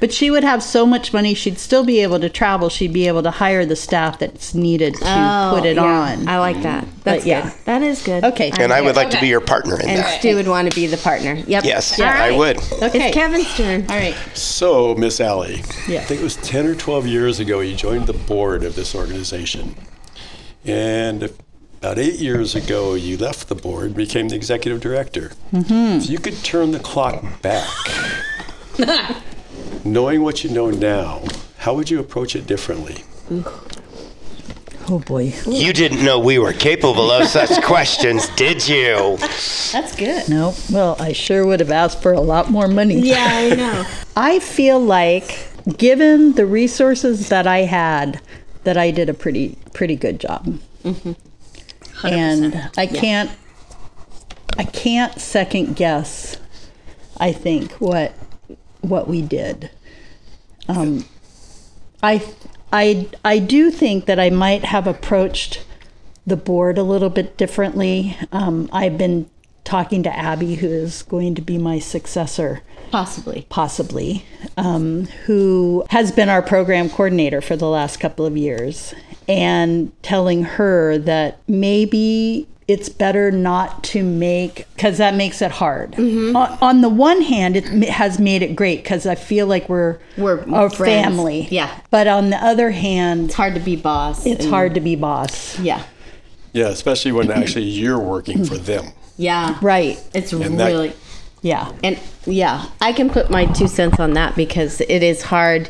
S6: But she would have so much money, she'd still be able to travel. She'd be able to hire the staff that's needed to
S5: Oh,
S6: put it
S5: yeah.
S6: on.
S5: I like that. That's
S6: yeah.
S5: good. That is good.
S6: Okay.
S5: I'm
S3: and I would
S5: there.
S3: like to be your partner in
S5: And
S3: that.
S5: Stu would want to be the partner. Yep.
S3: Yes,
S5: All
S3: I
S5: right.
S3: would.
S6: Okay.
S5: It's Kevin's turn.
S6: All right.
S2: So, Miss Alley,
S6: Yeah.
S2: I think it was 10 or 12 years ago you joined the board of this organization. And about eight years ago, you left the board and became the executive director. If you could turn the clock back, knowing what you know now, how would you approach it differently?
S6: Oh boy.
S3: You didn't know we were capable of such <laughs> questions, did you?
S5: That's good.
S6: No. Well, I sure would have asked for a lot more money.
S8: Yeah,
S6: <laughs>
S8: I know.
S6: I feel like, given the resources that I had, that I did a pretty pretty good job.
S8: Mm-hmm.
S6: And I can't, I can't second guess. I think what what we did. Um, I I I do think that I might have approached the board a little bit differently. Um, I've been talking to Abby, who is going to be my successor
S5: Possibly.
S6: possibly, um, who has been our program coordinator for the last couple of years, and telling her that maybe it's better not to make because that makes it hard.
S5: Mm-hmm.
S6: On, on the one hand, it ma- has made it great because I feel like we're
S5: We're
S6: a
S5: friends.
S6: family.
S5: Yeah.
S6: but on the other hand,
S5: It's hard to be boss.
S6: it's
S5: and-
S6: hard to be boss.
S5: Yeah.
S2: Yeah, especially when actually you're working for them.
S5: Yeah.
S6: Right.
S5: It's
S2: that-
S5: really
S6: Yeah.
S5: and yeah, I can put my two cents on that because it is hard.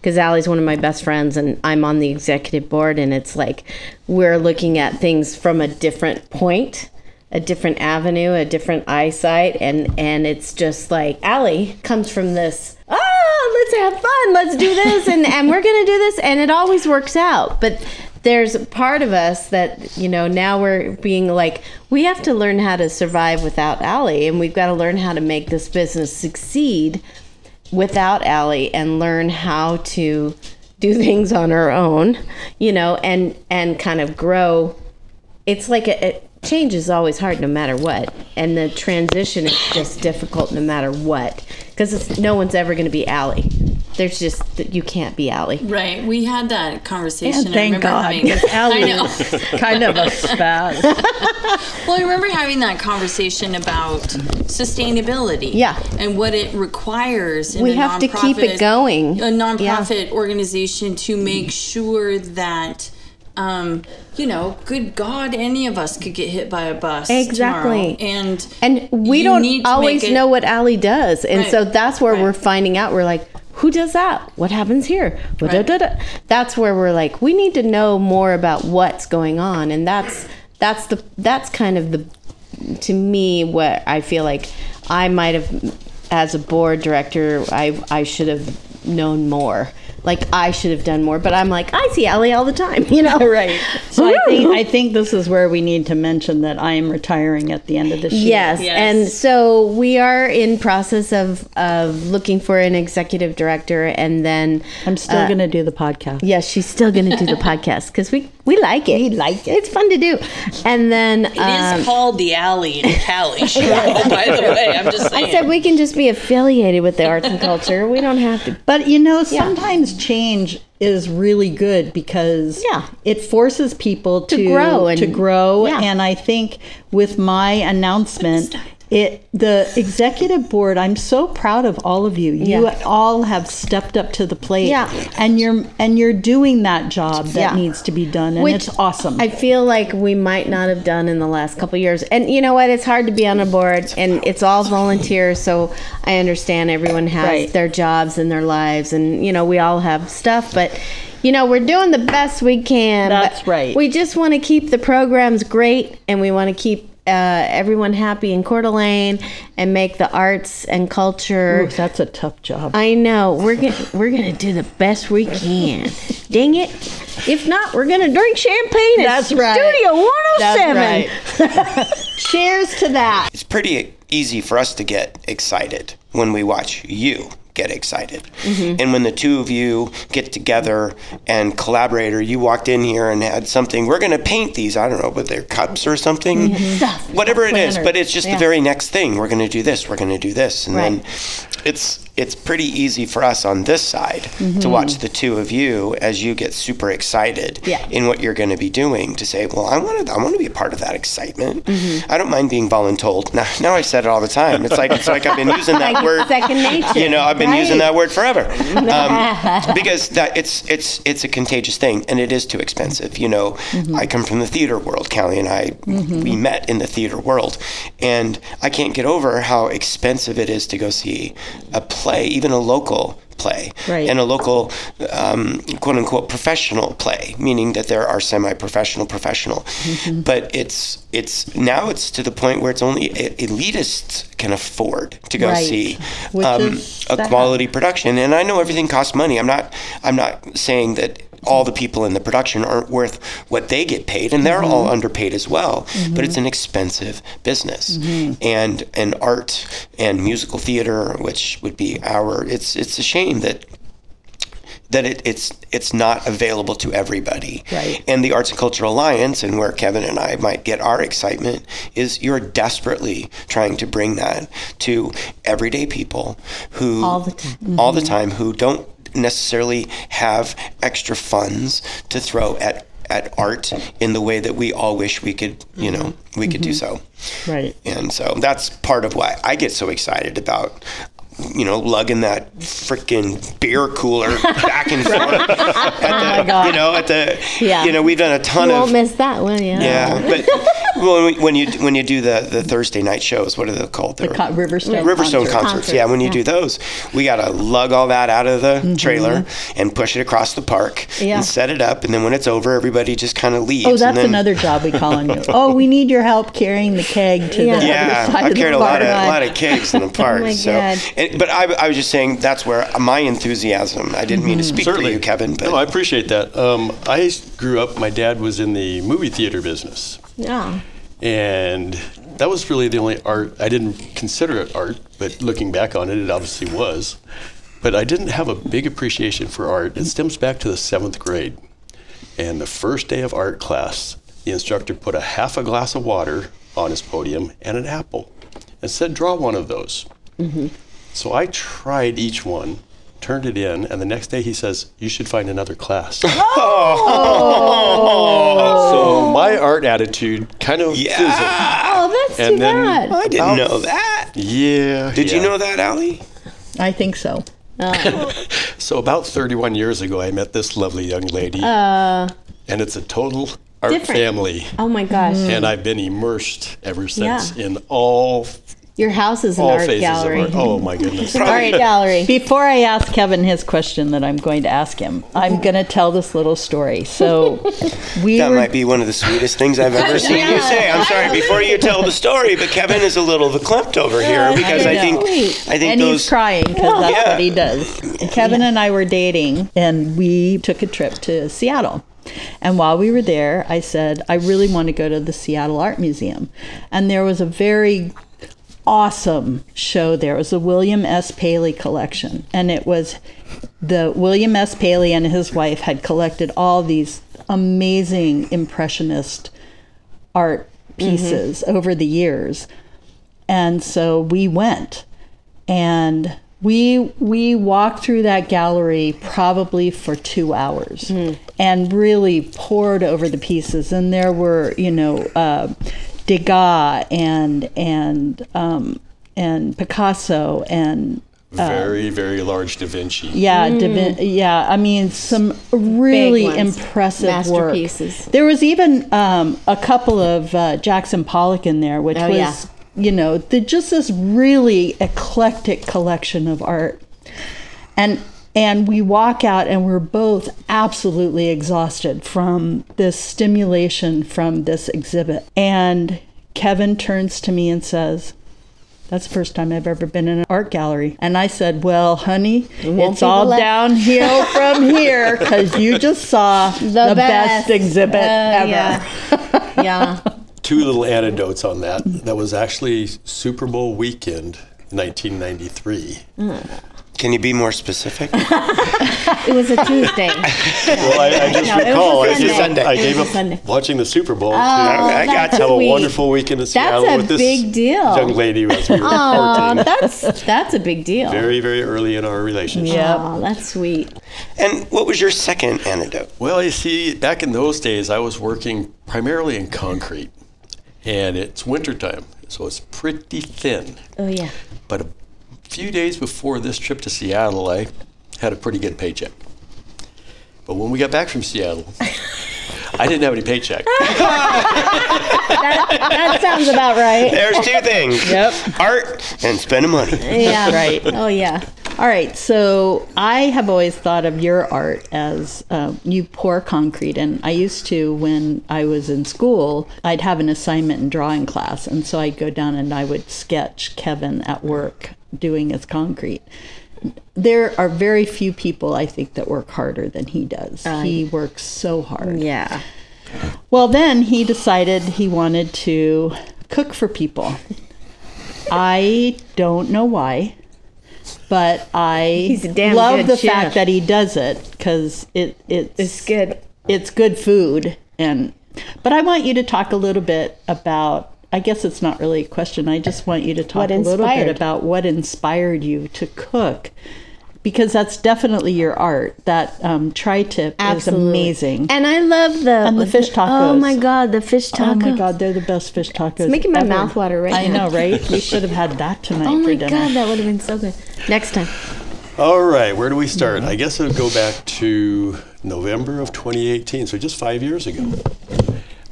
S5: Because Allie's one of my best friends, and I'm on the executive board, and it's like we're looking at things from a different point, a different avenue, a different eyesight, and and it's just like Allie comes from this. Oh, let's have fun, let's do this, and and we're gonna do this, and it always works out. But there's a part of us that you know now we're being like we have to learn how to survive without Allie, and we've got to learn how to make this business succeed without Allie, and learn how to do things on our own, you know, and and kind of grow. It's like a, a change is always hard, no matter what, and the transition is just difficult, no matter what, because no one's ever going to be Allie. There's just that you can't be Allie.
S4: Right. We had that conversation.
S6: And thank God,
S4: having-
S6: because Allie
S4: I know.
S6: is kind of a spaz.
S4: Well, I remember having that conversation about sustainability.
S5: Yeah.
S4: And what it requires. In
S5: We
S4: a
S5: have to keep it
S4: nonprofit-
S5: going.
S4: A nonprofit organization to make sure that, um, you know, good God, any of us could get hit by a bus. tomorrow.
S5: Exactly.
S4: And
S5: And we
S4: you
S5: don't
S4: need to make
S5: always
S4: it-
S5: know what Allie does. And
S4: Right.
S5: so that's where
S4: Right.
S5: we're finding out. We're like, who does that? What happens here? What da-
S4: Right.
S5: da- da- That's where we're like, we need to know more about what's going on. And that's that's the that's kind of the to me what I feel like I might have as a board director, I I should have known more. Like I should have done more, but I'm like, I see Allie all the time, <laughs> you know.
S6: <laughs> right. So I think I think this is where we need to mention that I am retiring at the end of this year.
S5: Yes.
S4: Yes.
S5: and so we are in process of of looking for an executive director, and then
S6: I'm still
S5: Uh,
S6: going to do the podcast.
S5: yes, she's still going to do <laughs> the podcast because we we like it. We like it. It's fun to do, and then uh,
S4: It is called the alley in
S5: <laughs>
S4: Cali, Cheryl, by the way. I'm just saying.
S5: um, I said we can just be affiliated with the arts and culture. We don't have to.
S6: But you know, sometimes change is really good because
S5: Yeah.
S6: it forces people to,
S5: grow
S6: to
S5: and-
S6: grow.
S5: yeah.
S6: And I think with my announcement, it the executive board. I'm so proud of all of you. You
S5: Yeah.
S6: all have stepped up to the plate,
S5: Yeah.
S6: and you're and you're doing that job that
S5: Yeah.
S6: needs to be done, and
S5: Which
S6: it's awesome.
S5: I feel like we might not have done in the last couple years. And you know what? It's hard to be on a board, and it's all volunteers. So I understand everyone has
S6: Right.
S5: their jobs and their lives, and you know we all have stuff. But you know we're doing the best we can.
S6: That's
S5: but
S6: right.
S5: We just want to keep the programs great, and we want to keep uh, everyone happy in Coeur d'Alene and make the arts and culture.
S6: Ooh, that's a tough job.
S5: I know we're gonna we're gonna do the best we can. Dang it! If not, we're gonna drink champagne. at
S6: That's right.
S5: Studio One Hundred Seven.
S6: right.
S5: <laughs> Cheers to that.
S3: It's pretty easy for us to get excited when we watch you get excited. And when the two of you get together and collaborate, or you walked in here and had something, we're going to paint these, I don't know, with their cups or something,
S5: Stuff.
S3: whatever it is.
S5: Planners.
S3: But it's just
S5: Yeah.
S3: the very next thing. We're going to do this, we're going to do this. And
S5: Right. Mm-hmm.
S3: then it's it's pretty easy for us on this side to watch the two of you as you get super excited
S5: Yeah.
S3: in what you're going to be doing to say, well, I want to, I want to be a part of that excitement.
S5: Mm-hmm.
S3: I don't mind being voluntold. Now, now I said it all the time. It's like it's like
S5: <laughs>
S3: I've been using that
S5: Like
S3: word.
S5: second nature,
S3: You know, I've been using
S5: right.
S3: that word forever um, because that it's it's it's a contagious thing, and it is too expensive. You know, I come from the theater world. Callie and I we met in the theater world, and I can't get over how expensive it is to go see a play, even a local play
S6: Right.
S3: and a local um, quote unquote professional play, meaning that there are semi professional, professional. But it's it's now it's to the point where it's only e- elitists can afford to go
S6: Right.
S3: see
S6: Which
S3: um,
S6: is
S3: a
S6: sad.
S3: quality production. And I know everything costs money. I'm not I'm not saying that all the people in the production aren't worth what they get paid and they're all
S6: Mm-hmm.
S3: underpaid as well but it's an expensive business
S6: Mm-hmm.
S3: and and art and musical theater which would be our it's it's a shame that that it, it's it's not available to everybody.
S6: Right.
S3: And the Arts and Cultural Alliance, and where Kevin and I might get our excitement, is you're desperately trying to bring that to everyday people who
S5: All the time. Mm-hmm.
S3: all the time who don't necessarily have extra funds to throw at at art in the way that we all wish we could, you know, we could do
S5: Mm-hmm.
S3: so.
S6: Right.
S3: And so that's part of why I get so excited about, you know, lugging that freaking beer cooler back and forth. at the, You know, at the,
S5: Yeah.
S3: you know, we've done a ton
S5: You
S3: of.
S5: won't miss that one. Yeah.
S3: yeah, but well, when, we- when you when you do the, the Thursday night shows, what are they called? They're-
S6: Con- Riverstone.
S3: Riverstone
S6: concert.
S3: concerts. Yeah, when you do those, we got to lug all that out of the trailer and push it across the park
S5: Yeah.
S3: and set it up. And then when it's over, everybody just kind of leaves.
S6: Oh, that's
S3: and then,
S6: another job we call
S3: <laughs>
S6: on you. Oh, we need your help carrying the keg to
S5: Yeah.
S6: the
S3: Yeah,
S6: other side
S3: I've
S6: of
S3: carried
S6: the
S3: a lot
S6: bar. Oh
S3: of a lot of cakes in
S6: <laughs>
S3: the park.
S5: my
S3: so,
S5: God.
S3: and- but I, I was just saying that's where my enthusiasm. I didn't mean
S6: Mm-hmm.
S3: to speak for you, Kevin, but
S2: no, I appreciate that. Um, I s- grew up. My dad was in the movie theater business,
S5: Yeah.
S2: and that was really the only art. I didn't consider it art, but looking back on it, it obviously was. But I didn't have a big appreciation for art. It stems back to the seventh grade, and the first day of art class, the instructor put a half a glass of water on his podium and an apple, and said, "Draw one of those." So I tried each one, turned it in, and the next day he says, You should find another class.
S3: <laughs> Oh.
S2: So my art attitude kind of fizzled.
S5: Oh, that's
S2: And
S5: too
S2: then-
S5: bad.
S3: I didn't know that.
S2: Yeah.
S3: Did you
S2: yeah.
S3: know that, Allie?
S6: I think so.
S2: So about 31 years ago, I met this lovely young lady, and it's a total art
S5: Uh. different.
S2: family.
S5: Oh my gosh.
S2: And I've been immersed ever since in all
S5: Your house is an
S2: all
S5: art
S2: phases
S5: gallery.
S2: of art.
S5: <laughs>
S2: Oh my goodness!
S5: Art gallery.
S6: Before I ask Kevin his question that I'm going to ask him, I'm going to tell this little
S3: <laughs>
S6: story. So we
S3: That
S6: were
S3: might be one of the sweetest things I've
S6: <laughs>
S3: ever seen you say. I'm sorry, before you tell the story, but Kevin is a little verklempt over here because I,
S6: know.
S3: think I think
S6: and
S3: those
S6: he's crying because that's
S3: Yeah.
S6: what he does. Kevin and I were dating, and we took a trip to Seattle. And while we were there, I said, I really want to go to the Seattle Art Museum. And there was a very awesome show there. It was the William S. Paley collection. And it was the William S. Paley and his wife had collected all these amazing impressionist art
S3: Mm-hmm.
S6: pieces over the years. And so we went and we we walked through that gallery probably for 2 hours and really poured over the pieces and there were, you know, uh Degas and and um and Picasso and
S2: very very large Da Vinci.
S6: yeah, Divin- yeah. I mean, some really
S5: Mm. Big ones.
S6: impressive work.
S5: Masterpieces.
S6: There was even um, a couple of uh, Jackson Pollock in there, which
S5: Oh,
S6: was,
S5: yeah.
S6: you know, the, just this really eclectic collection of art. And and we walk out, and we're both absolutely exhausted from this stimulation from this exhibit. And Kevin turns to me and says, that's the first time I've ever been in an art gallery. And I said, Well, honey,
S5: won't
S6: it's
S5: be the
S6: all
S5: last."
S6: downhill from here because you just
S5: <laughs>
S6: saw the,
S5: best.
S6: best.
S5: Uh, Oh,
S6: exhibit
S5: <laughs>
S6: ever.
S5: yeah.
S2: Two little anecdotes on that. That was actually Super Bowl weekend, 1993.
S3: Can you be more specific?
S5: It
S6: <laughs>
S5: was a Tuesday.
S2: Well, I, I just
S5: No, it was a
S2: recall I,
S5: Sunday.
S2: just, I
S3: It
S2: gave
S5: was a Sunday. Oh,
S2: up watching the Super Bowl
S3: I- I
S5: that's
S3: got
S2: to have a
S5: sweet.
S2: wonderful weekend in Seattle
S5: a
S2: with this
S5: big deal.
S2: young lady as we were
S5: Aw,
S2: 14.
S5: that's that's a big deal.
S2: Very, very early in our relationship.
S5: Aw, that's sweet.
S3: And what was your second antidote?
S2: Well, you see, back in those days, I was working primarily in concrete, and it's wintertime, so it's pretty thin.
S5: Oh yeah.
S2: But a few days before this trip to Seattle, I had a pretty good paycheck. But when we got back from Seattle, I didn't have any paycheck.
S5: That sounds
S2: <laughs>
S5: about right.
S3: There's
S6: <laughs>
S3: two things.
S6: Yep.
S3: Art and spending money.
S5: Yeah.
S6: Right.
S5: Oh yeah.
S6: All right, so I have always thought of your art as uh, you pour concrete, and I used to when I was in school, I'd have an assignment in drawing class, and so I'd go down and I would sketch Kevin at work doing his concrete. There are very few people I think that work harder than he does. he works so hard.
S5: Yeah.
S6: Well, then he decided he wanted to cook for people. I don't know why, but I
S5: He's a damn
S6: love
S5: good
S6: the
S5: chef.
S6: fact that he does it because it it's
S5: It's good.
S6: it's good food and but I want you to talk a little bit about I guess it's not really a question. I just want you to
S5: What
S6: talk a little bit
S5: inspired?
S6: about what inspired you to cook because that's definitely your art. That um, tri-tip is amazing.
S5: And I love the
S6: And the fish
S5: Oh
S6: tacos.
S5: my god, the fish tacos.
S6: Oh my god, they're the best fish tacos. It's
S5: making my mouth water right
S6: I
S5: now. <laughs>
S6: know, right? We should have had that tonight
S5: Oh
S6: for
S5: my
S6: dinner.
S5: god, that would have been so good. Next time.
S2: All right, where do we start? I guess it'll go back to November of 2018, so just five years ago.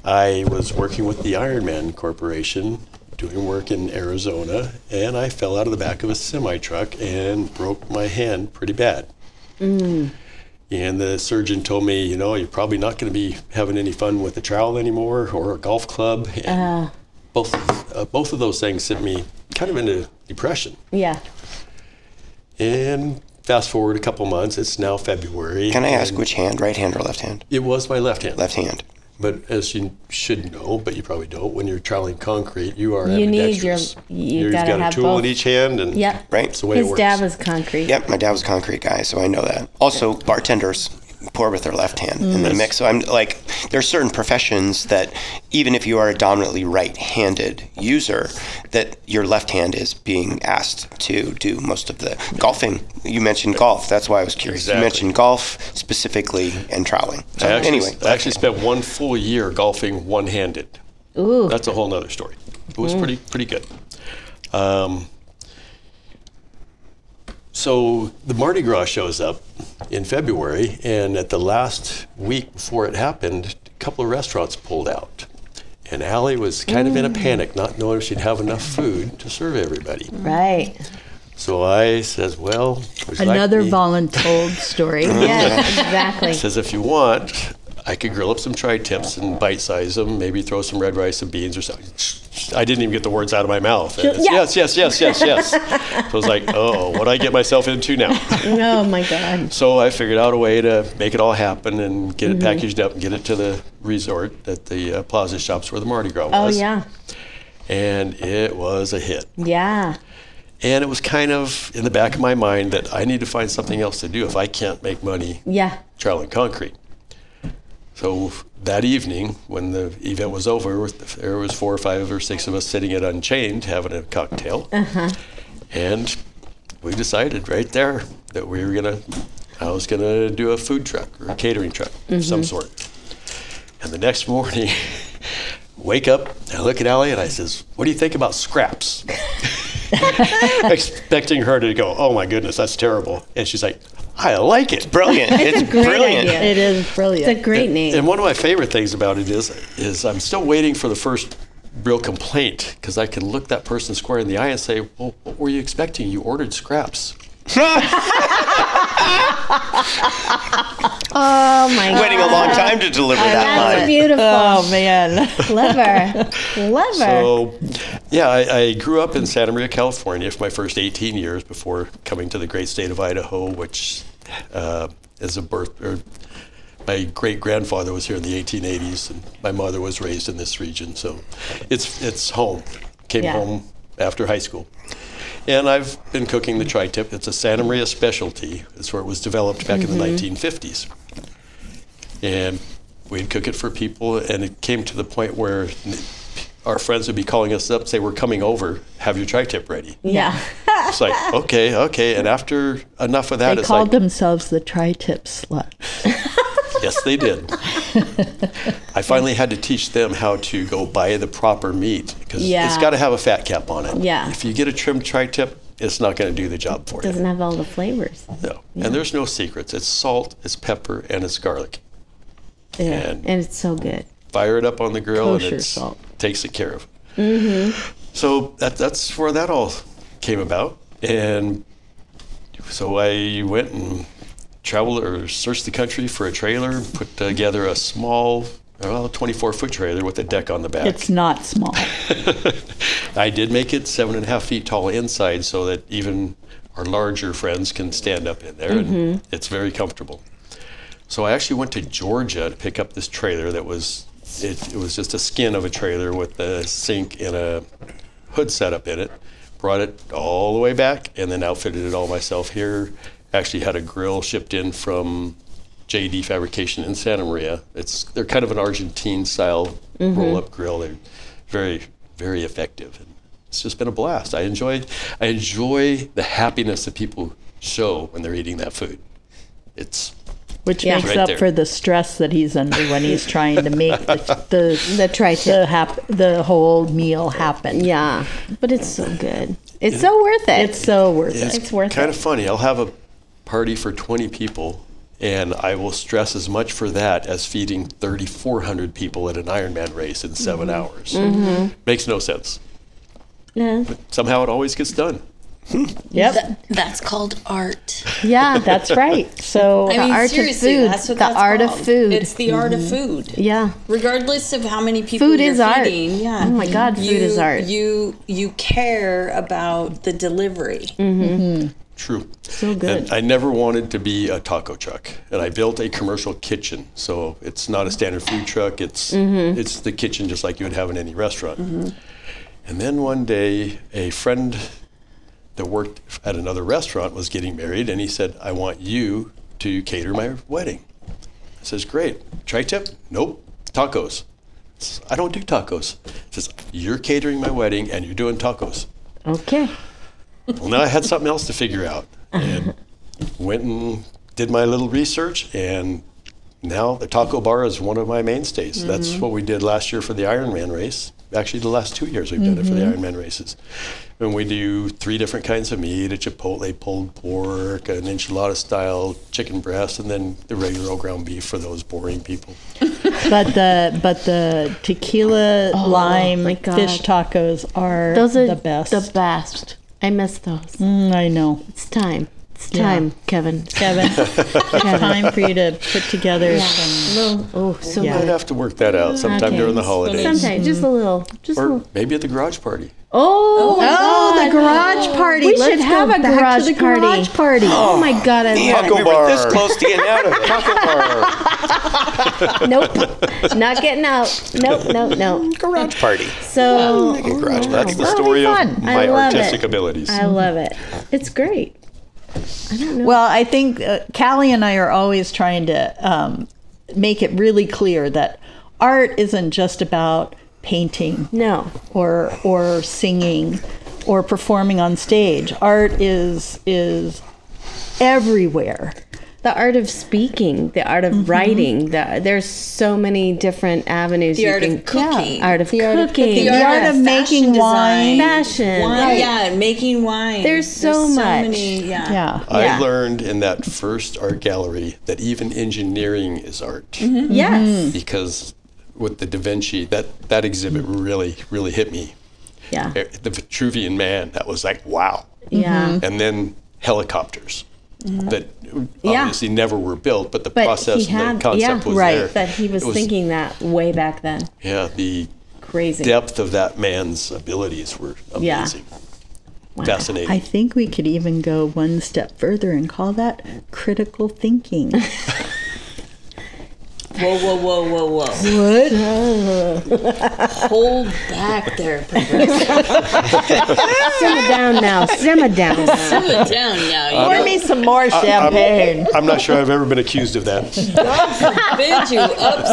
S2: I was working with the Ironman Corporation, doing work in Arizona, and I fell out of the back of a semi truck and broke my hand pretty bad. And the surgeon told me, you know, you're probably not going to be having any fun with a trowel anymore or a golf club. And both, uh, both of those things sent me kind of into depression.
S5: Yeah.
S2: And fast forward a couple months, it's now February.
S3: Can I ask
S2: and
S3: which hand, right hand or left hand?
S2: It was my left hand.
S3: Left hand.
S2: But as you should know, but you probably don't, when you're troweling concrete, you are
S5: You need your-
S2: ambidextrous.
S5: you
S2: You've
S5: gotta
S2: got a
S5: have
S2: tool
S5: both.
S2: in each hand, and
S5: Yep.
S3: Right?
S2: that's the way it
S5: His
S2: works.
S5: dad was concrete.
S3: Yep, my dad was a concrete guy, so I know that. Also, bartenders pour with their left hand in
S5: Mm.
S3: the mix. So I'm like, there are certain professions that even if you are a dominantly right-handed user, that your left hand is being asked to do most of the golfing. You mentioned golf. That's why I was curious.
S2: Exactly.
S3: You mentioned golf specifically and troweling. So
S2: I actually,
S3: anyway,
S2: I actually spent one full year golfing one-handed. Ooh. That's a whole nother story. It was pretty pretty good. Um, so the Mardi Gras shows up in February, and at the last week before it happened, a couple of restaurants pulled out. And Allie was kind of in a panic, not knowing if she'd have enough food to serve everybody. <laughs>
S5: Right.
S2: So I says, "Well, would you like
S6: Another
S2: me-
S6: voluntold
S5: <laughs>
S6: story.
S5: Yeah, exactly.
S2: says if you want, I could grill up some tri-tips and bite-size them. Maybe throw some red rice and beans or something. I didn't even get the words out of my mouth. And it's, yes, yes, yes, yes, yes. so I was like, oh, what I get myself into now.
S5: <laughs> oh my god. Mm-hmm.
S2: so I figured out a way to make it all happen and get it packaged up and get it to the resort at the uh, Plaza Shops where the Mardi Gras
S5: Oh
S2: was.
S5: yeah.
S2: And it was a hit.
S5: Yeah.
S2: And it was kind of in the back of my mind that I need to find something else to do if I can't make money
S5: Yeah.
S2: troweling concrete. So that evening, when the event was over, there was four or five or six of us sitting at Unchained having a cocktail, and we decided right there that we were gonna, I was gonna do a food truck or a catering truck of some sort. And the next morning, <laughs> wake up, I look at Allie and I says, "What do you think about scraps?" <laughs> Expecting her to go, "Oh my goodness, that's terrible," and she's like, "I like it."
S3: brilliant. it's
S5: Great
S3: brilliant. <laughs>
S5: idea.
S6: It is brilliant.
S5: It's a great name.
S2: And one of my favorite things about it is, is I'm still waiting for the first real complaint because I can look that person square in the eye and say, "Well, what were you expecting? You ordered scraps."
S5: Oh my god.
S3: Waiting a long time to deliver that
S5: That's
S3: line.
S5: beautiful.
S6: oh, man.
S5: Clever. Clever.
S2: <laughs> So, yeah, I, I grew up in Santa Maria, California for my first 18 years before coming to the great state of Idaho, which uh, is a birth. Or my great grandfather was here in the 1880s, and my mother was raised in this region, so it's it's home. Came
S6: Yeah.
S2: home after high school. And I've been cooking the tri tip. It's a Santa Maria specialty. That's where it was developed back
S6: Mm-hmm.
S2: in the 1950s and we'd cook it for people. And it came to the point where n- our friends would be calling us up, say, "We're coming over. Have your tri-tip ready."
S5: yeah.
S2: It's
S6: <laughs>
S2: like, okay, okay. And after enough of that,
S6: They
S2: it's
S6: called
S2: like,
S6: themselves the tri-tip slut.
S2: yes, they did.
S5: <laughs>
S2: I finally had to teach them how to go buy the proper meat because it's
S5: Yeah.
S2: got to have a fat cap on it.
S5: Yeah.
S2: If you get a trimmed tri-tip, it's not going to do the job for you.
S5: Doesn't have all the flavors.
S2: No. And there's no secrets. It's salt, it's pepper, and it's garlic. And
S5: And it's so good.
S2: fire it up on the grill
S6: Kosher
S2: and it
S6: salt.
S2: takes it care of. Mm-hmm. So that, that's where that all came about. And so I went and traveled or searched the country for a trailer, put together a small, well, 24 foot trailer with a deck on the back.
S6: It's not small.
S2: I did make it seven and a half feet tall inside so that even our larger friends can stand up in there, and it's very comfortable. So I actually went to Georgia to pick up this trailer that was it, it was just a skin of a trailer with a sink and a hood setup in it. Brought it all the way back and then outfitted it all myself here. Actually had a grill shipped in from JD Fabrication in Santa Maria. It's they're kind of an Argentine style roll up grill. They're very very effective and it's just been a blast. I enjoy I enjoy the happiness that people show when they're eating that food. It's
S6: Which
S5: Yeah.
S6: makes
S2: Right
S6: up
S2: there.
S6: for the stress that he's under when he's trying to make
S2: <laughs>
S6: the the,
S5: The tri-tip.
S6: the, hap- the whole meal happen.
S5: Yeah. But it's so good. It's so worth it.
S6: It's so worth it.
S5: It's worth
S2: kind
S5: it.
S2: of funny. I'll have a party for 20 people, and I will stress as much for that as feeding 3,400 people at an Ironman race in 7 hours. Makes no sense.
S5: Mm-hmm. Yeah.
S2: Somehow it always gets done.
S5: <laughs>
S6: Yep.
S4: That's called art.
S5: yeah.
S6: That's right. So
S5: <laughs>
S4: I mean,
S5: art of
S4: seriously,
S5: food.
S4: that's what
S5: The
S4: that's
S5: art of
S4: called.
S5: food. Mm-hmm.
S4: It's the art of food.
S5: yeah.
S4: Regardless of how many people
S5: Food
S4: you're
S5: is art.
S4: feeding, yeah.
S5: Oh my God, food
S4: you,
S5: is art.
S4: You you care about the delivery.
S5: Mm-hmm.
S2: True.
S5: So good.
S2: And I never wanted to be a taco truck, and I built a commercial kitchen, so it's not a standard food truck. It's
S5: Mm-hmm.
S2: it's the kitchen just like you would have in any restaurant. And then one day, a friend that worked at another restaurant was getting married, and he said, "I want you to cater my wedding." I says, "Great, tri-tip? Nope, tacos." I says, I don't do tacos. He says, "You're catering my wedding, and you're doing tacos."
S5: Okay.
S2: Well, now I had something else to figure out. And went and did my little research, and now the taco bar is one of my mainstays.
S5: Mm-hmm.
S2: That's what we did last year for the Ironman race. Actually, the last two years we've done it for the
S5: Mm-hmm.
S2: Ironman races. And we do three different kinds of meat a chipotle pulled pork, an enchilada style chicken breast, and then the regular old ground beef for those boring people.
S6: but the but the tequila lime
S5: Oh, my God.
S6: fish tacos are
S5: Those are
S6: the best.
S5: The best. I miss those.
S6: Mm, I know.
S5: It's time. It's time, Kevin.
S6: <laughs> Kevin, it's time for you to put together some
S5: Oh, so
S6: Yeah.
S2: I'd
S5: good.
S2: have to work that out sometime
S5: Mm-hmm. Okay.
S2: during the holidays.
S5: Sometimes just a little. Just a
S2: Or
S5: little.
S2: maybe at the garage party.
S5: Oh, my
S6: Oh,
S5: God.
S6: the garage party.
S5: We
S6: Let's
S5: should
S6: go
S5: have a
S6: back to
S5: garage
S6: the
S5: party.
S6: garage
S5: party. Oh, my God, I <laughs> love
S3: We were this close to getting out of it.
S2: Taco bar.
S5: it. Nope, not getting out. Nope, nope, nope. <laughs>
S3: Garage party.
S5: So
S3: Garage
S2: That's
S3: party.
S2: the story of
S6: fun.
S5: I
S2: my
S5: love it.
S2: artistic abilities.
S5: I love it. It's great.
S6: Well, I think uh, Callie and I are always trying to um, make it really clear that art isn't just about painting
S5: No,
S6: or or singing or performing on stage. Art is is everywhere.
S5: the art of speaking, the art of writing. The, there's so many different avenues.
S4: The
S5: you
S4: art of
S5: can-
S4: cooking.
S5: Yeah, art of
S6: The art of
S5: cooking.
S6: cooking. The art of making
S4: fashion
S6: wine.
S4: design.
S5: Fashion.
S4: Wine,
S5: Right.
S4: Yeah, making wine.
S5: There's so much.
S4: many, yeah.
S6: Yeah.
S2: I
S5: Yeah.
S2: learned in that first art gallery that even engineering is art
S5: Mm-hmm.
S2: Mm-hmm.
S5: Yes.
S2: because with the Da Vinci, that, that exhibit really, really hit me.
S5: Mm-hmm. Yeah. Mm-hmm.
S2: Eh, The Vitruvian Man, that was like, wow.
S5: Yeah.
S2: And then helicopters. that
S5: Mm-hmm. Yeah.
S2: obviously never were built, but the
S5: But
S2: process
S5: he
S2: and
S5: had,
S2: the concept
S5: yeah,
S2: was
S5: right.
S2: there.
S5: That he was,
S2: It was-
S5: thinking that way back then.
S2: Yeah, the
S5: Crazy.
S2: depth of that man's abilities were
S5: Yeah.
S2: amazing, fascinating.
S6: I think we could even go one step further and call that critical thinking.
S4: Whoa, whoa, whoa, whoa, whoa.
S6: What?
S4: <laughs> Hold back there, Perverse.
S5: Simmer down now. Simmer down. now.
S4: Cool it down
S5: <laughs>
S4: now.
S8: Pour me some more champagne.
S9: I'm not sure I've ever been accused of
S5: <laughs>
S9: that.
S4: You forbid you
S5: You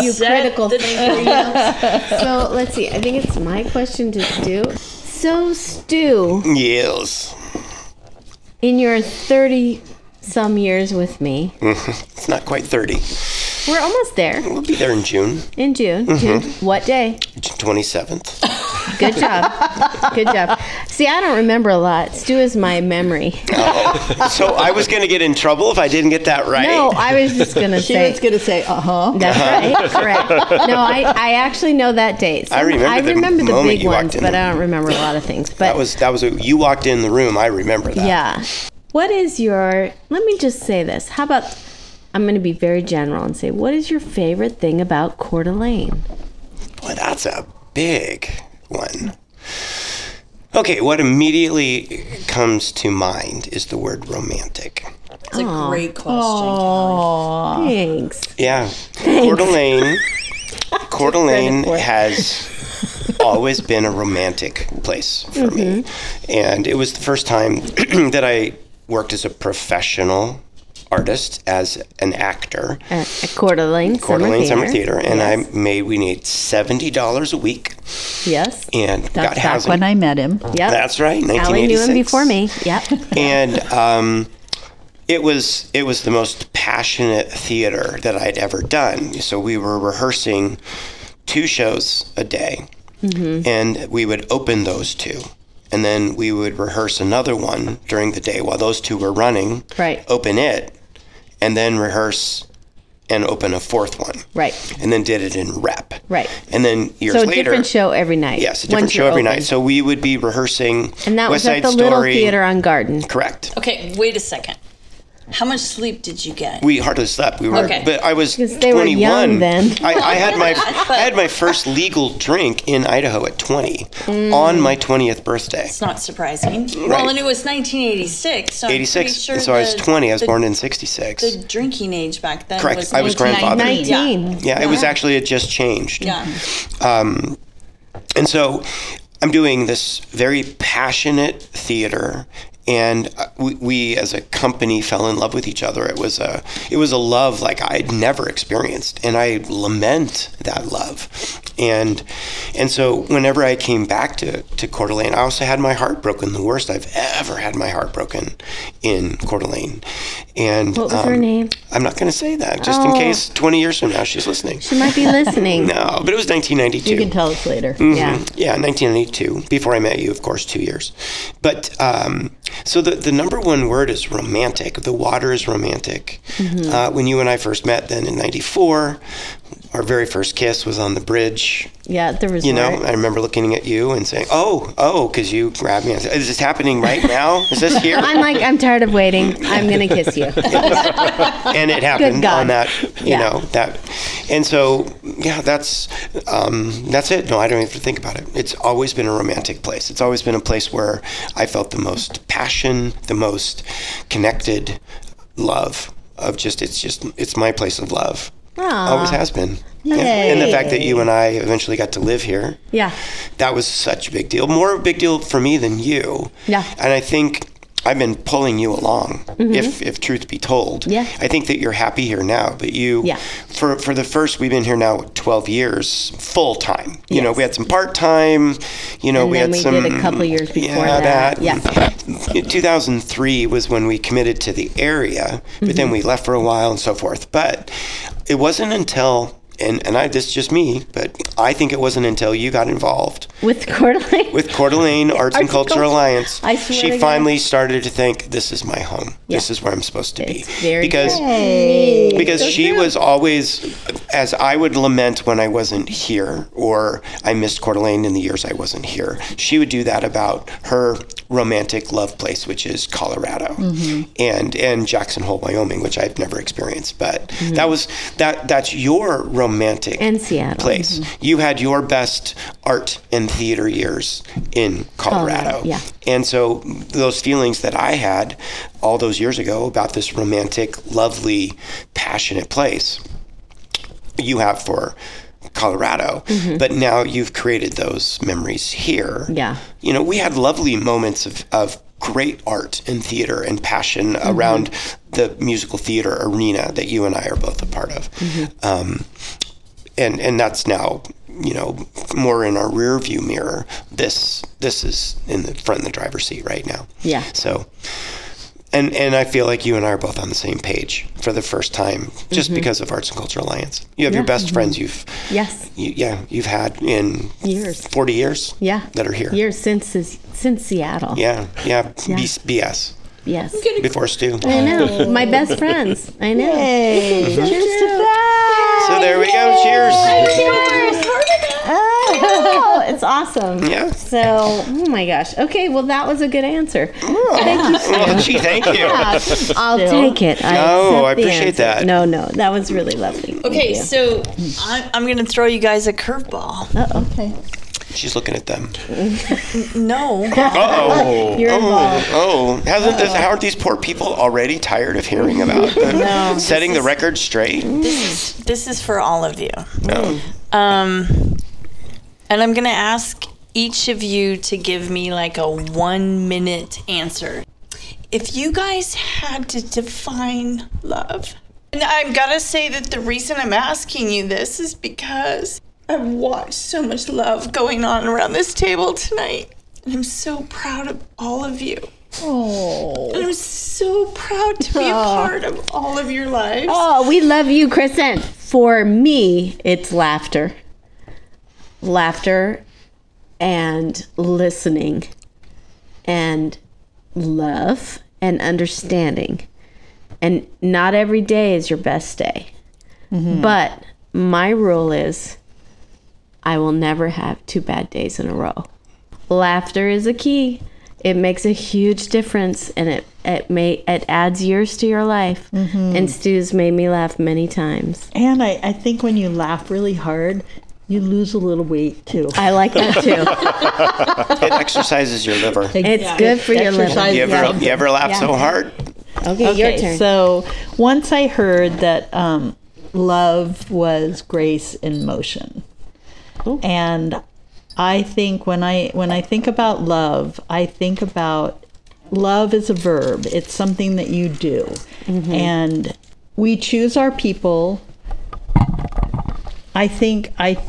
S4: upset
S5: critical
S4: the
S5: thinker. <laughs> so let's see. I think it's my question to Stu. So Stu,
S3: <laughs> Yes.
S5: in your thirty some years with me,
S3: It's not quite 30.
S5: we're almost there
S3: We'll be there in June,
S5: in June. June.
S2: Mm-hmm.
S5: What day?
S3: June 27th.
S5: Good job. Good job. See, I don't remember a lot. Stu is my memory.
S3: so I was going to get in trouble if I didn't get that right.
S5: No, I was just gonna
S6: <laughs> She
S5: say.
S6: was going to say, uh huh.
S5: That's
S3: <laughs>
S5: right. Correct. No, I, I actually know that date.
S3: I remember the
S5: remember the,
S3: moment
S5: big
S3: you walked
S5: ones,
S3: in.
S5: but I don't remember a lot of things. But
S3: That was that was you walked in the room. I remember that.
S5: yeah. What is your? Let me just say this. How about? I'm going to be very general and say, what is your favorite thing about Coeur d'Alene?
S3: Boy, that's a big one. Okay, what immediately comes to mind is the word romantic.
S4: It's a great question.
S5: Thanks.
S3: Ah. Yeah. Coeur d'Alene, Coeur d'Alene has always been a romantic place for me. And it was the first time <clears throat> that I worked as a professional artist, as an actor.
S5: At, at Uh, Coeur d'Alene
S3: Coeur
S5: Summer
S3: d'Alene
S5: Theater.
S3: Summer Theater, and I made we made seventy dollars a week,
S5: Yes.
S3: and
S6: That's
S3: got
S6: back
S3: housing.
S6: when I met him.
S5: Yep.
S3: That's right,
S5: Allie
S3: nineteen eighty
S5: knew
S3: six.
S5: him before me. Yep.
S3: <laughs> and um, it was it was the most passionate theater that I'd ever done. So we were rehearsing two shows a day,
S5: Mm-hmm.
S3: and we would open those two, and then we would rehearse another one during the day while those two were running.
S5: Right.
S3: Open it, and then rehearse. And open a fourth one,
S5: Right.
S3: and then did it in rep,
S5: Right.
S3: And then years
S5: So a
S3: later,
S5: different show every night.
S3: yes, a different
S5: once
S3: show
S5: you're
S3: every
S5: open.
S3: night. So we would be rehearsing,
S5: and that
S3: West
S5: was
S3: Side
S5: at the
S3: Story,
S5: Little Theater on Garden.
S3: correct?
S4: Okay, wait a second. How much sleep did you get?
S3: We hardly slept. We were,
S4: Okay.
S3: but I was
S5: 'Cause they were
S3: 21
S5: young then.
S3: I, I had
S4: <laughs>
S3: my I had my first legal drink in Idaho at 20
S5: Mm.
S3: on my 20th birthday.
S4: It's not surprising.
S3: Right.
S4: Well, and it was 1986, so 86,
S3: 86. and so I was 20. I was born in 66.
S4: The drinking age back then
S3: Correct.
S4: was
S3: I was grandfathered.
S4: 19.
S5: 19.
S3: yeah, it was actually it just changed.
S4: Yeah. yeah.
S3: Um, and so I'm doing this very passionate theater. And uh, we, we, as a company, fell in love with each other. It was a, it was a love like I'd never experienced, and I lament that love. And, and so whenever I came back to to Coeur d'Alene, I also had my heart broken. The worst I've ever had my heart broken in Coeur d'Alene. And um,
S5: What was her name?
S3: I'm not going to say that, just in
S5: Oh.
S3: case 20 years from now she's listening.
S5: She
S3: <laughs>
S5: might be listening.
S3: No, Mm-hmm. but it was 1992.
S6: You can tell us later.
S5: Yeah.
S3: Yeah, 1992. Before I met you, of course, two years. But um, so the, the number one word is romantic. The water is romantic. Uh, when you and I first met, then in '94, our very first kiss was on the bridge.
S5: Yeah, there was
S3: You know,
S5: more.
S3: I remember looking at you and saying, "Oh, oh," because you grabbed me. I said, is this happening right now? Is this here?
S5: I'm like, I'm tired of waiting. I'm gonna kiss
S3: <laughs>
S5: you. <laughs>
S3: and it happened
S5: God.
S3: on that you
S5: Yeah.
S3: know that and so yeah that's um, that's it no i don't even have to think about it it's always been a romantic place it's always been a place where i felt the most passion the most connected love of just it's just it's my place of love always has been Yeah. and the fact that you and i eventually got to live here
S5: Yeah.
S3: that was such a big deal more of a big deal for me than you
S5: Yeah. Mm-hmm.
S3: and i think i've been pulling you along if if truth be told
S5: Yeah.
S3: i think that you're happy here now but you
S5: Yeah.
S3: for for the first we've been here now 12 years full time you know we had some part time you know
S5: And
S3: we
S5: then
S3: had
S5: we
S3: some
S5: did a couple years before
S3: Mm, yeah,
S5: that.
S3: that,
S5: Yeah.
S3: <laughs> In 2003 was when we committed to the area, but
S5: Mm-hmm.
S3: then we left for a while and so forth. But it wasn't until, and, and I, this is just me, but I think it wasn't until you got involved
S5: With Coeur d'Alene.
S3: with Coeur
S5: <laughs>
S3: d'Alene Arts and Culture Alliance.
S5: I swear to
S3: she
S5: God.
S3: finally started to think, this is my home. This
S5: Yeah.
S3: is where I'm supposed to be.
S5: It's very
S3: because because she was always as I would lament when I wasn't here or I missed Coeur d'Alene in the years I wasn't here, she would do that about her romantic love place, which is Colorado and, and Jackson Hole, Wyoming, which I've never experienced. But that was that that's your romantic
S5: And Seattle.
S3: place.
S5: Mm-hmm.
S3: You had your best art and theater years in Colorado.
S5: Oh, yeah.
S3: And so those feelings that I had all those years ago about this romantic, lovely, passionate place you have for Colorado,
S5: Mm-hmm.
S3: but now you've created those memories here.
S5: Yeah.
S3: You know, we had lovely moments of, of great art and theater and passion
S5: Mm-hmm.
S3: around the musical theater arena that you and I are both a part of.
S5: Mm-hmm.
S3: Um, and and that's now you know more in our rear view mirror this this is in the front of the driver's seat right now
S5: Yeah.
S3: so and and i feel like you and i are both on the same page for the first time just
S5: Mm-hmm.
S3: because of arts and culture alliance you have your best friends you've
S5: Yes.
S3: you, yeah you've had in
S5: Years.
S3: 40 years
S5: Yeah.
S3: that are here
S5: Years since this- since Seattle.
S3: yeah yeah, B- bs
S5: Yes.
S3: before stu
S5: I know. My best friends. I know. Cheers to
S3: Mm-hmm.
S5: that.
S3: so there we go cheers
S5: Cheers. Oh, it's awesome.
S3: yeah
S5: So, oh my gosh. Okay, well, that was a good answer.
S3: well, Oh, gee thank you
S5: I'll take it.
S3: No,
S5: I accept
S3: I
S5: the
S3: appreciate
S5: answer.
S3: that.
S5: No, no, that was really lovely. Thank
S4: Okay,
S5: you.
S4: so I'm, I'm going to throw you guys a curveball.
S3: she's looking at them
S4: No.
S3: uh-oh
S5: you're involved.
S3: Oh, hasn't this? How are these poor people already tired of hearing about the, setting the record straight?
S4: This is for all of you.
S3: No.
S4: Um, and I'm going to ask each of you to give me like a one minute answer. If you guys had to define love, and I'm going to say that the reason I'm asking you this is because I've watched so much love going on around this table tonight. And I'm so proud of all of you. Oh. And I'm so proud to be a part of all of your lives.
S5: Oh, we love you, Kristen. For me, it's laughter. Laughter and listening and love and understanding. And not every day is your best day. But my rule is I will never have two bad days in a row. Laughter is a key. It makes a huge difference and it it may it adds years to your life. And Stu's made me laugh many times.
S6: And I, I think when you laugh really hard, you lose a little weight too.
S5: I like that too. <laughs>
S3: It exercises your liver.
S5: It's good for your liver.
S3: You ever, you ever laugh so hard?
S5: Okay, your turn.
S6: So once I heard that um, love was grace in motion, and I think when I when I think about love, I think about love is a verb. It's something that you do,
S5: Mm-hmm.
S6: and we choose our people. I think I.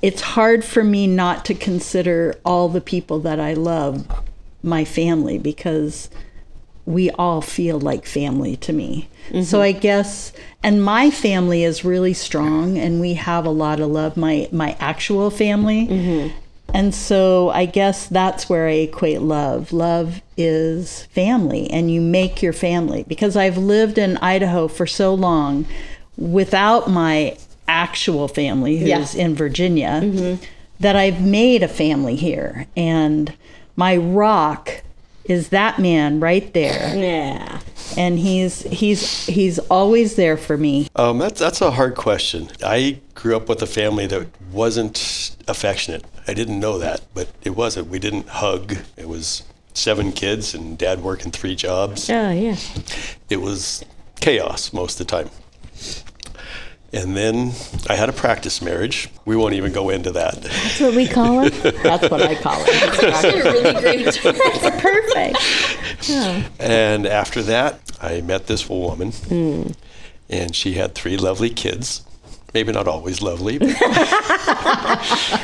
S6: It's hard for me not to consider all the people that I love my family because we all feel like family to me. So I guess and my family is really strong and we have a lot of love my my actual family. And so I guess that's where I equate love. Love is family and you make your family because I've lived in Idaho for so long without my actual family who's in Virginia that I've made a family here and my rock is that man right there
S5: yeah.
S6: and he's he's he's always there for me
S2: Um, that's that's a hard question. I grew up with a family that wasn't affectionate. I didn't know that, but it wasn't. We didn't hug. It was seven kids and dad working three jobs.
S5: Oh yeah.
S2: It was chaos most of the time. And then I had a practice marriage. We won't even go into that.
S5: <laughs> That's what we call it.
S6: that's what i call it
S5: <laughs> That's perfect.
S2: And after that, I met this woman,
S5: Hmm.
S2: and she had three lovely kids. Maybe not always lovely.
S5: <laughs>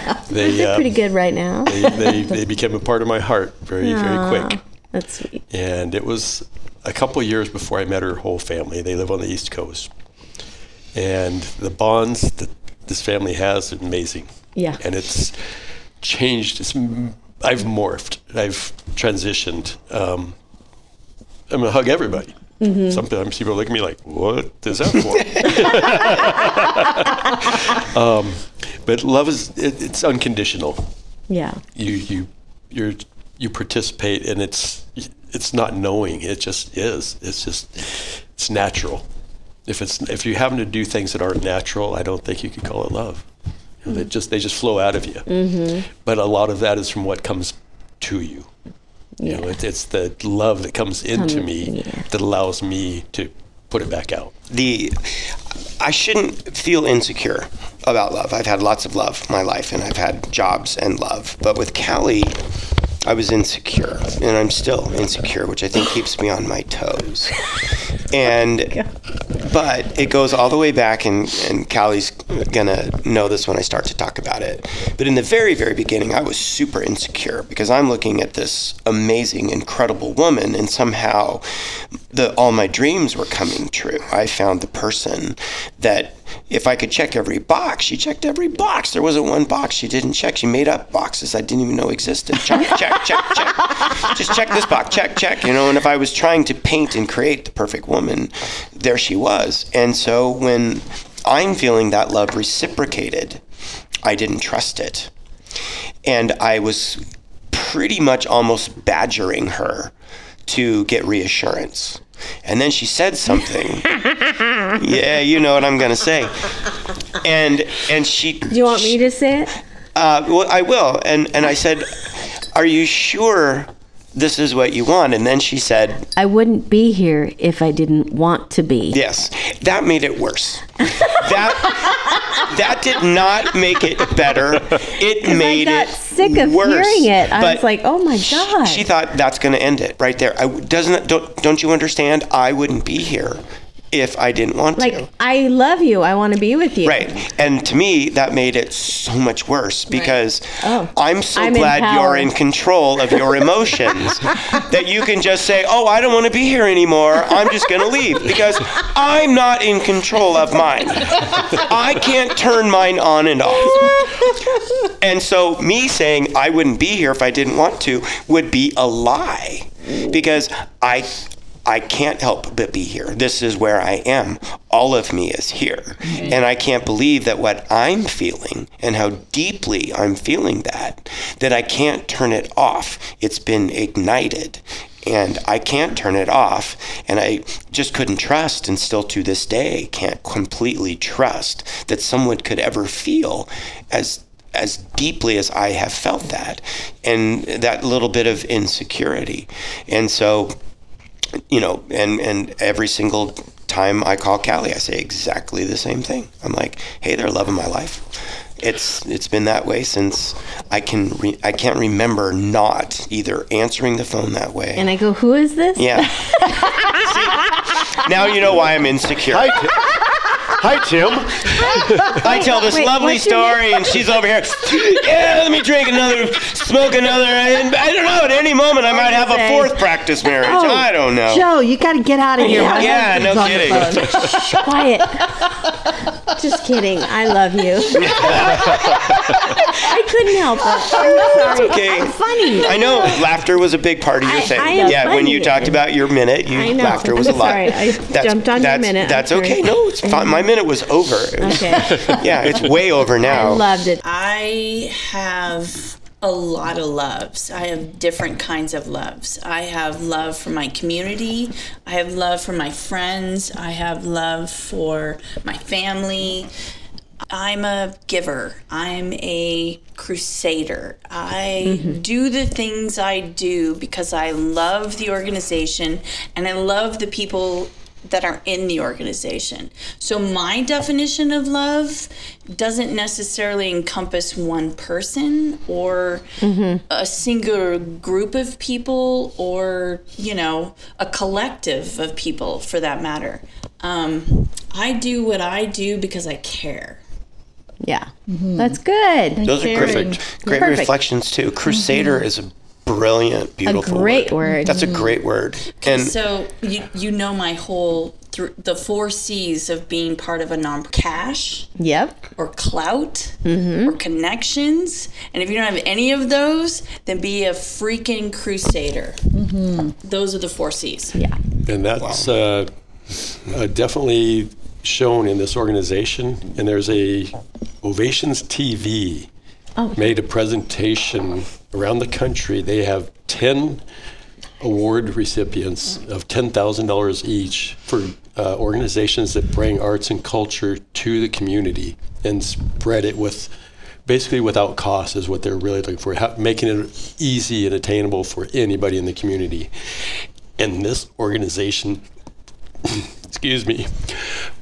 S2: But <laughs> they, uh,
S5: Pretty good right now.
S2: they, they, they became a part of my heart very, very quick.
S5: That's sweet.
S2: And it was a couple of years before I met her whole family. They live on the East Coast. And the bonds that this family has are amazing.
S5: Yeah.
S2: And it's changed. It's, m- I've morphed, I've transitioned. Um, I'm going to hug everybody. Sometimes people look at me like, "What is that for?" <laughs> um, but love is it, it's unconditional.
S5: Yeah.
S2: You you you're you participate, and it's it's not knowing. It just is. It's just it's natural. If it's if you happen to do things that aren't natural, I don't think you could call it love. You know, They just they just flow out of you. But a lot of that is from what comes to you. You know, it, it's the love that comes into me that allows me to put it back out.
S3: the I shouldn't feel insecure about love. I've had lots of love my life and I've had jobs and love. But with Callie, I was insecure and I'm still insecure, which I think keeps me on my toes. And but it goes all the way back and, and Callie's gonna know this when I start to talk about it. But in the very, very beginning I was super insecure because I'm looking at this amazing, incredible woman and somehow the all my dreams were coming true. I found the person that if I could check every box, she checked every box. There wasn't one box she didn't check. She made up boxes I didn't even know existed. Check, check, check, check. Just check this box, check, check, you know. And if I was trying to paint and create the perfect woman, there she was. And so when I'm feeling that love reciprocated, I didn't trust it. And I was pretty much almost badgering her to get reassurance. And then she said something. yeah, you know what I'm going to say. And and she
S5: Do you want me to say it?
S3: uh, well, I will. And and I said, "Are you sure this is what you want?" And then she said,
S5: I wouldn't be here if I didn't want to be.
S3: Yes, that made it worse. that that did not make it better. It made
S5: got
S3: it
S5: sick of
S3: worse.
S5: hearing it. I
S3: But
S5: was like, "Oh my
S3: sh-
S5: God."
S3: She, thought that's going to end it right there. I w- doesn't don't don't you understand? I wouldn't be here if I didn't want
S5: Like,
S3: to.
S5: I love you. I want to be with you.
S3: Right. And to me, that made it so much worse because I'm so
S5: I'm in
S3: glad you're
S5: power.
S3: in control of your emotions that you can just say, oh, I don't want to be here anymore. I'm just going to leave because I'm not in control of mine. I can't turn mine on and off. And so, me saying I wouldn't be here if I didn't want to would be a lie because I. I can't help but be here. This is where I am. All of me is here. And I can't believe that what I'm feeling and how deeply I'm feeling that, that I can't turn it off. It's been ignited and I can't turn it off. And I just couldn't trust, and still to this day can't completely trust that someone could ever feel as as deeply as I have felt that, and that little bit of insecurity, and so, you know, and and every single time I call Callie, I say exactly the same thing. I'm like, hey, they're loving my life. It's it's been that way since I can re- I can't remember not either answering the phone that way.
S5: And I go, "Who is this?"
S9: <laughs>
S3: Yeah. See, now you know why I'm insecure.
S9: Hi, Ti- Hi, Tim.
S3: <laughs> I tell this
S5: Wait,
S3: lovely
S5: what's your
S3: story, and she's over here. Yeah, let me drink another, smoke another. And I don't know. At any moment, I might have a
S5: say-
S3: fourth practice marriage.
S5: Oh,
S3: I don't know.
S6: Joe, you got to get out of here. My
S3: yeah, no
S6: husband's on the
S3: kidding.
S6: phone.
S3: <laughs>
S5: Quiet. Just kidding. I love
S3: <laughs>
S5: you. I couldn't help it. I'm sorry.
S3: okay.
S5: I'm funny.
S3: I know laughter was a big part of your
S5: I-
S3: thing.
S5: I am
S3: yeah, when you
S5: funny.
S3: talked about your minute, you
S5: I know.
S3: laughter was
S5: I'm
S3: a lot.
S5: sorry. I jumped on your
S3: that's,
S5: minute. I'm
S3: That's
S5: sorry.
S3: okay. No, it's fine. My minute was over.
S5: Okay.
S3: <laughs> Yeah, it's way over
S5: I
S3: now. <laughs>
S5: loved it.
S4: I have a lot of loves. I have different kinds of loves. I have love for my community. I have love for my friends. I have love for my family. I'm a giver. I'm a crusader. I do the things I do because I love the organization and I love the people that are in the organization. So my definition of love doesn't necessarily encompass one person or a singular group of people or, you know, a collective of people for that matter. Um, I do what I do because I care.
S5: Yeah. That's good.
S3: Those are great, great
S5: Perfect. Mm-hmm.
S3: reflections too. Crusader is a brilliant,
S5: A
S3: beautiful,
S5: great word. Mm-hmm.
S3: That's a great word. And
S4: so you you know my whole thr the four C's of being part of a non cash
S5: Yep.
S4: or clout or connections, and if you don't have any of those, then be a freaking crusader. Those are the four C's.
S5: Yeah.
S2: and that's uh, uh, definitely shown in this organization. And there's a Ovations TV made a presentation around the country. They have ten award recipients of ten thousand dollars each for uh, organizations that bring arts and culture to the community and spread it with. Basically, without cost is what they're really looking for, ha- making it easy and attainable for anybody in the community. And this organization, <coughs> excuse me,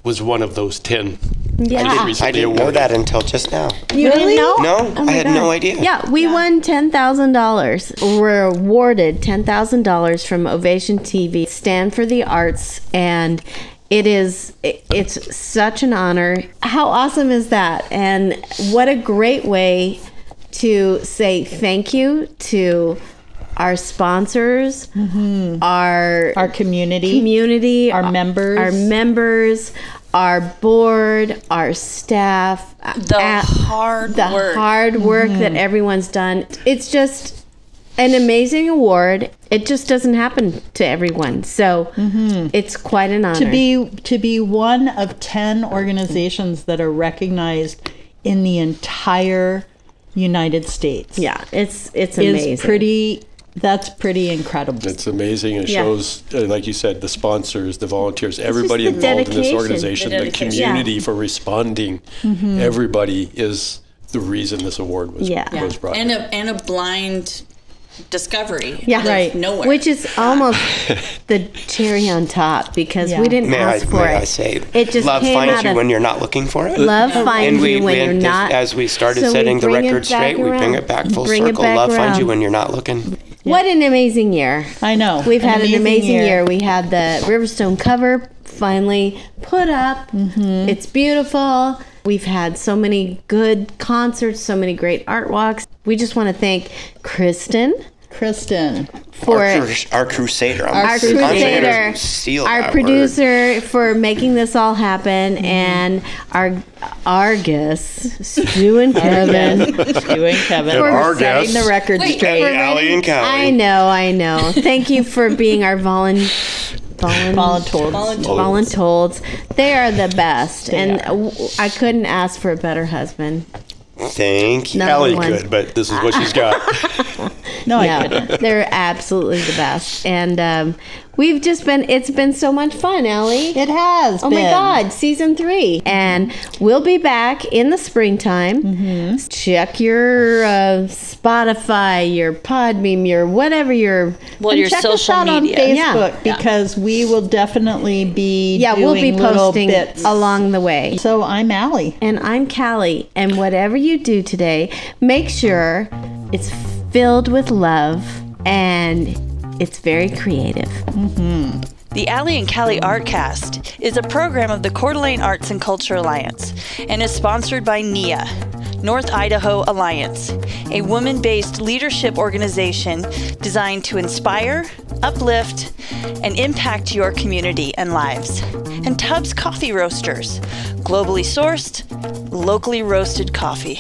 S2: was one of those 10.
S5: Yeah.
S2: that
S5: I
S2: recently
S3: I didn't know
S2: awarded.
S3: that until just now.
S5: You didn't know?
S3: No, I had no idea.
S5: Oh Yeah, we won ten thousand dollars. We're awarded ten thousand dollars from Ovation TV, Stand for the Arts, and it is it- it's such an honor. How awesome is that? And what a great way to say thank you to our sponsors, our
S6: Mm-hmm. Our community.
S5: community,
S6: Our members.
S5: our members, our board, our staff,
S4: The hard
S5: the
S4: work.
S5: hard work
S6: Mm-hmm.
S5: that everyone's done. It's just an amazing award. It just doesn't happen to everyone, so it's quite an honor.
S6: Mm-hmm. to be to be one of 10 organizations that are recognized in the entire United States.
S5: yeah, it's it's
S6: Is
S5: amazing.
S6: pretty that's pretty incredible.
S2: It's amazing. It
S5: Yeah.
S2: shows, uh, like you said, the sponsors, the volunteers, everybody
S5: the
S2: involved in this
S5: dedication,
S2: organization,
S5: the
S2: the,
S5: dedication. Yeah. Mm-hmm.
S2: community for responding. Everybody is the reason this award was,
S5: Yeah. Yeah.
S2: was brought.
S4: and a and a blind discovery.
S5: yeah,
S4: out of
S6: Right.
S4: Nowhere. <laughs>
S5: Which is almost
S6: <laughs>
S5: the cherry on top because
S6: Yeah.
S5: we didn't
S3: May I,
S5: ask for
S3: may
S5: it.
S3: I say,
S5: it just
S3: love
S5: came
S3: finds
S5: out
S3: you
S5: of
S3: when you're not looking for it.
S5: Love finds
S3: we-
S5: you when
S3: we-
S5: you're
S3: this-
S5: not.
S3: As we started
S5: So we
S3: setting the
S5: bring it
S3: record straight,
S5: back
S3: we bring
S5: around.
S3: it back full
S5: Bring it
S3: circle.
S5: back
S3: Love finds you
S5: around.
S3: when you're not looking.
S5: What an amazing year!
S6: I know.
S5: We've had an amazing year. We had the Riverstone cover finally put up. It's beautiful. We've had so many good concerts, so many great art walks. We just want to thank Kristen
S6: Kristen.
S5: for
S3: our, cru- our crusader. I'm-
S5: our
S3: I'm gonna
S5: crusader,
S3: seal that
S5: our
S3: word.
S5: producer for making this all happen, and our Argus, Stu and Kevin.
S6: Stu and Kevin
S5: For
S9: our
S6: setting the
S9: guests.
S6: record straight.
S3: Hey, Allie and Callie.
S5: I know, I know. Thank you for being our volunteer.
S6: Voluntold.
S5: Voluntolds. They are the best. and w- I couldn't ask for a better husband.
S3: Thank you.
S5: Number
S2: Allie
S5: one.
S2: could, but this is what she's got.
S5: <laughs>
S6: No, I
S5: No,
S6: <laughs> couldn't.
S5: they're absolutely the best. And um, we've just been, it's been so much fun, Allie.
S6: It has
S5: Oh my
S6: been.
S5: God, season three. And we'll be back in the springtime.
S6: Mm-hmm.
S5: Check your uh, Spotify, your Podbeam, your whatever your.
S4: well,
S6: And
S4: your
S6: check us
S4: social
S6: out
S4: media.
S6: on
S5: Yeah.
S6: Facebook because we will definitely be
S5: Yeah, we'll be
S6: doing little
S5: posting
S6: bits.
S5: along the way.
S6: So I'm Allie.
S5: And I'm Callie. And whatever you do today, make sure it's filled with love and it's very creative.
S10: The Alley and Cali Artcast is a program of the Coeur d'Alene Arts and Culture Alliance and is sponsored by NIA, North Idaho Alliance, a woman based leadership organization designed to inspire, uplift, and impact your community and lives. And Tubbs Coffee Roasters, globally sourced, locally roasted coffee.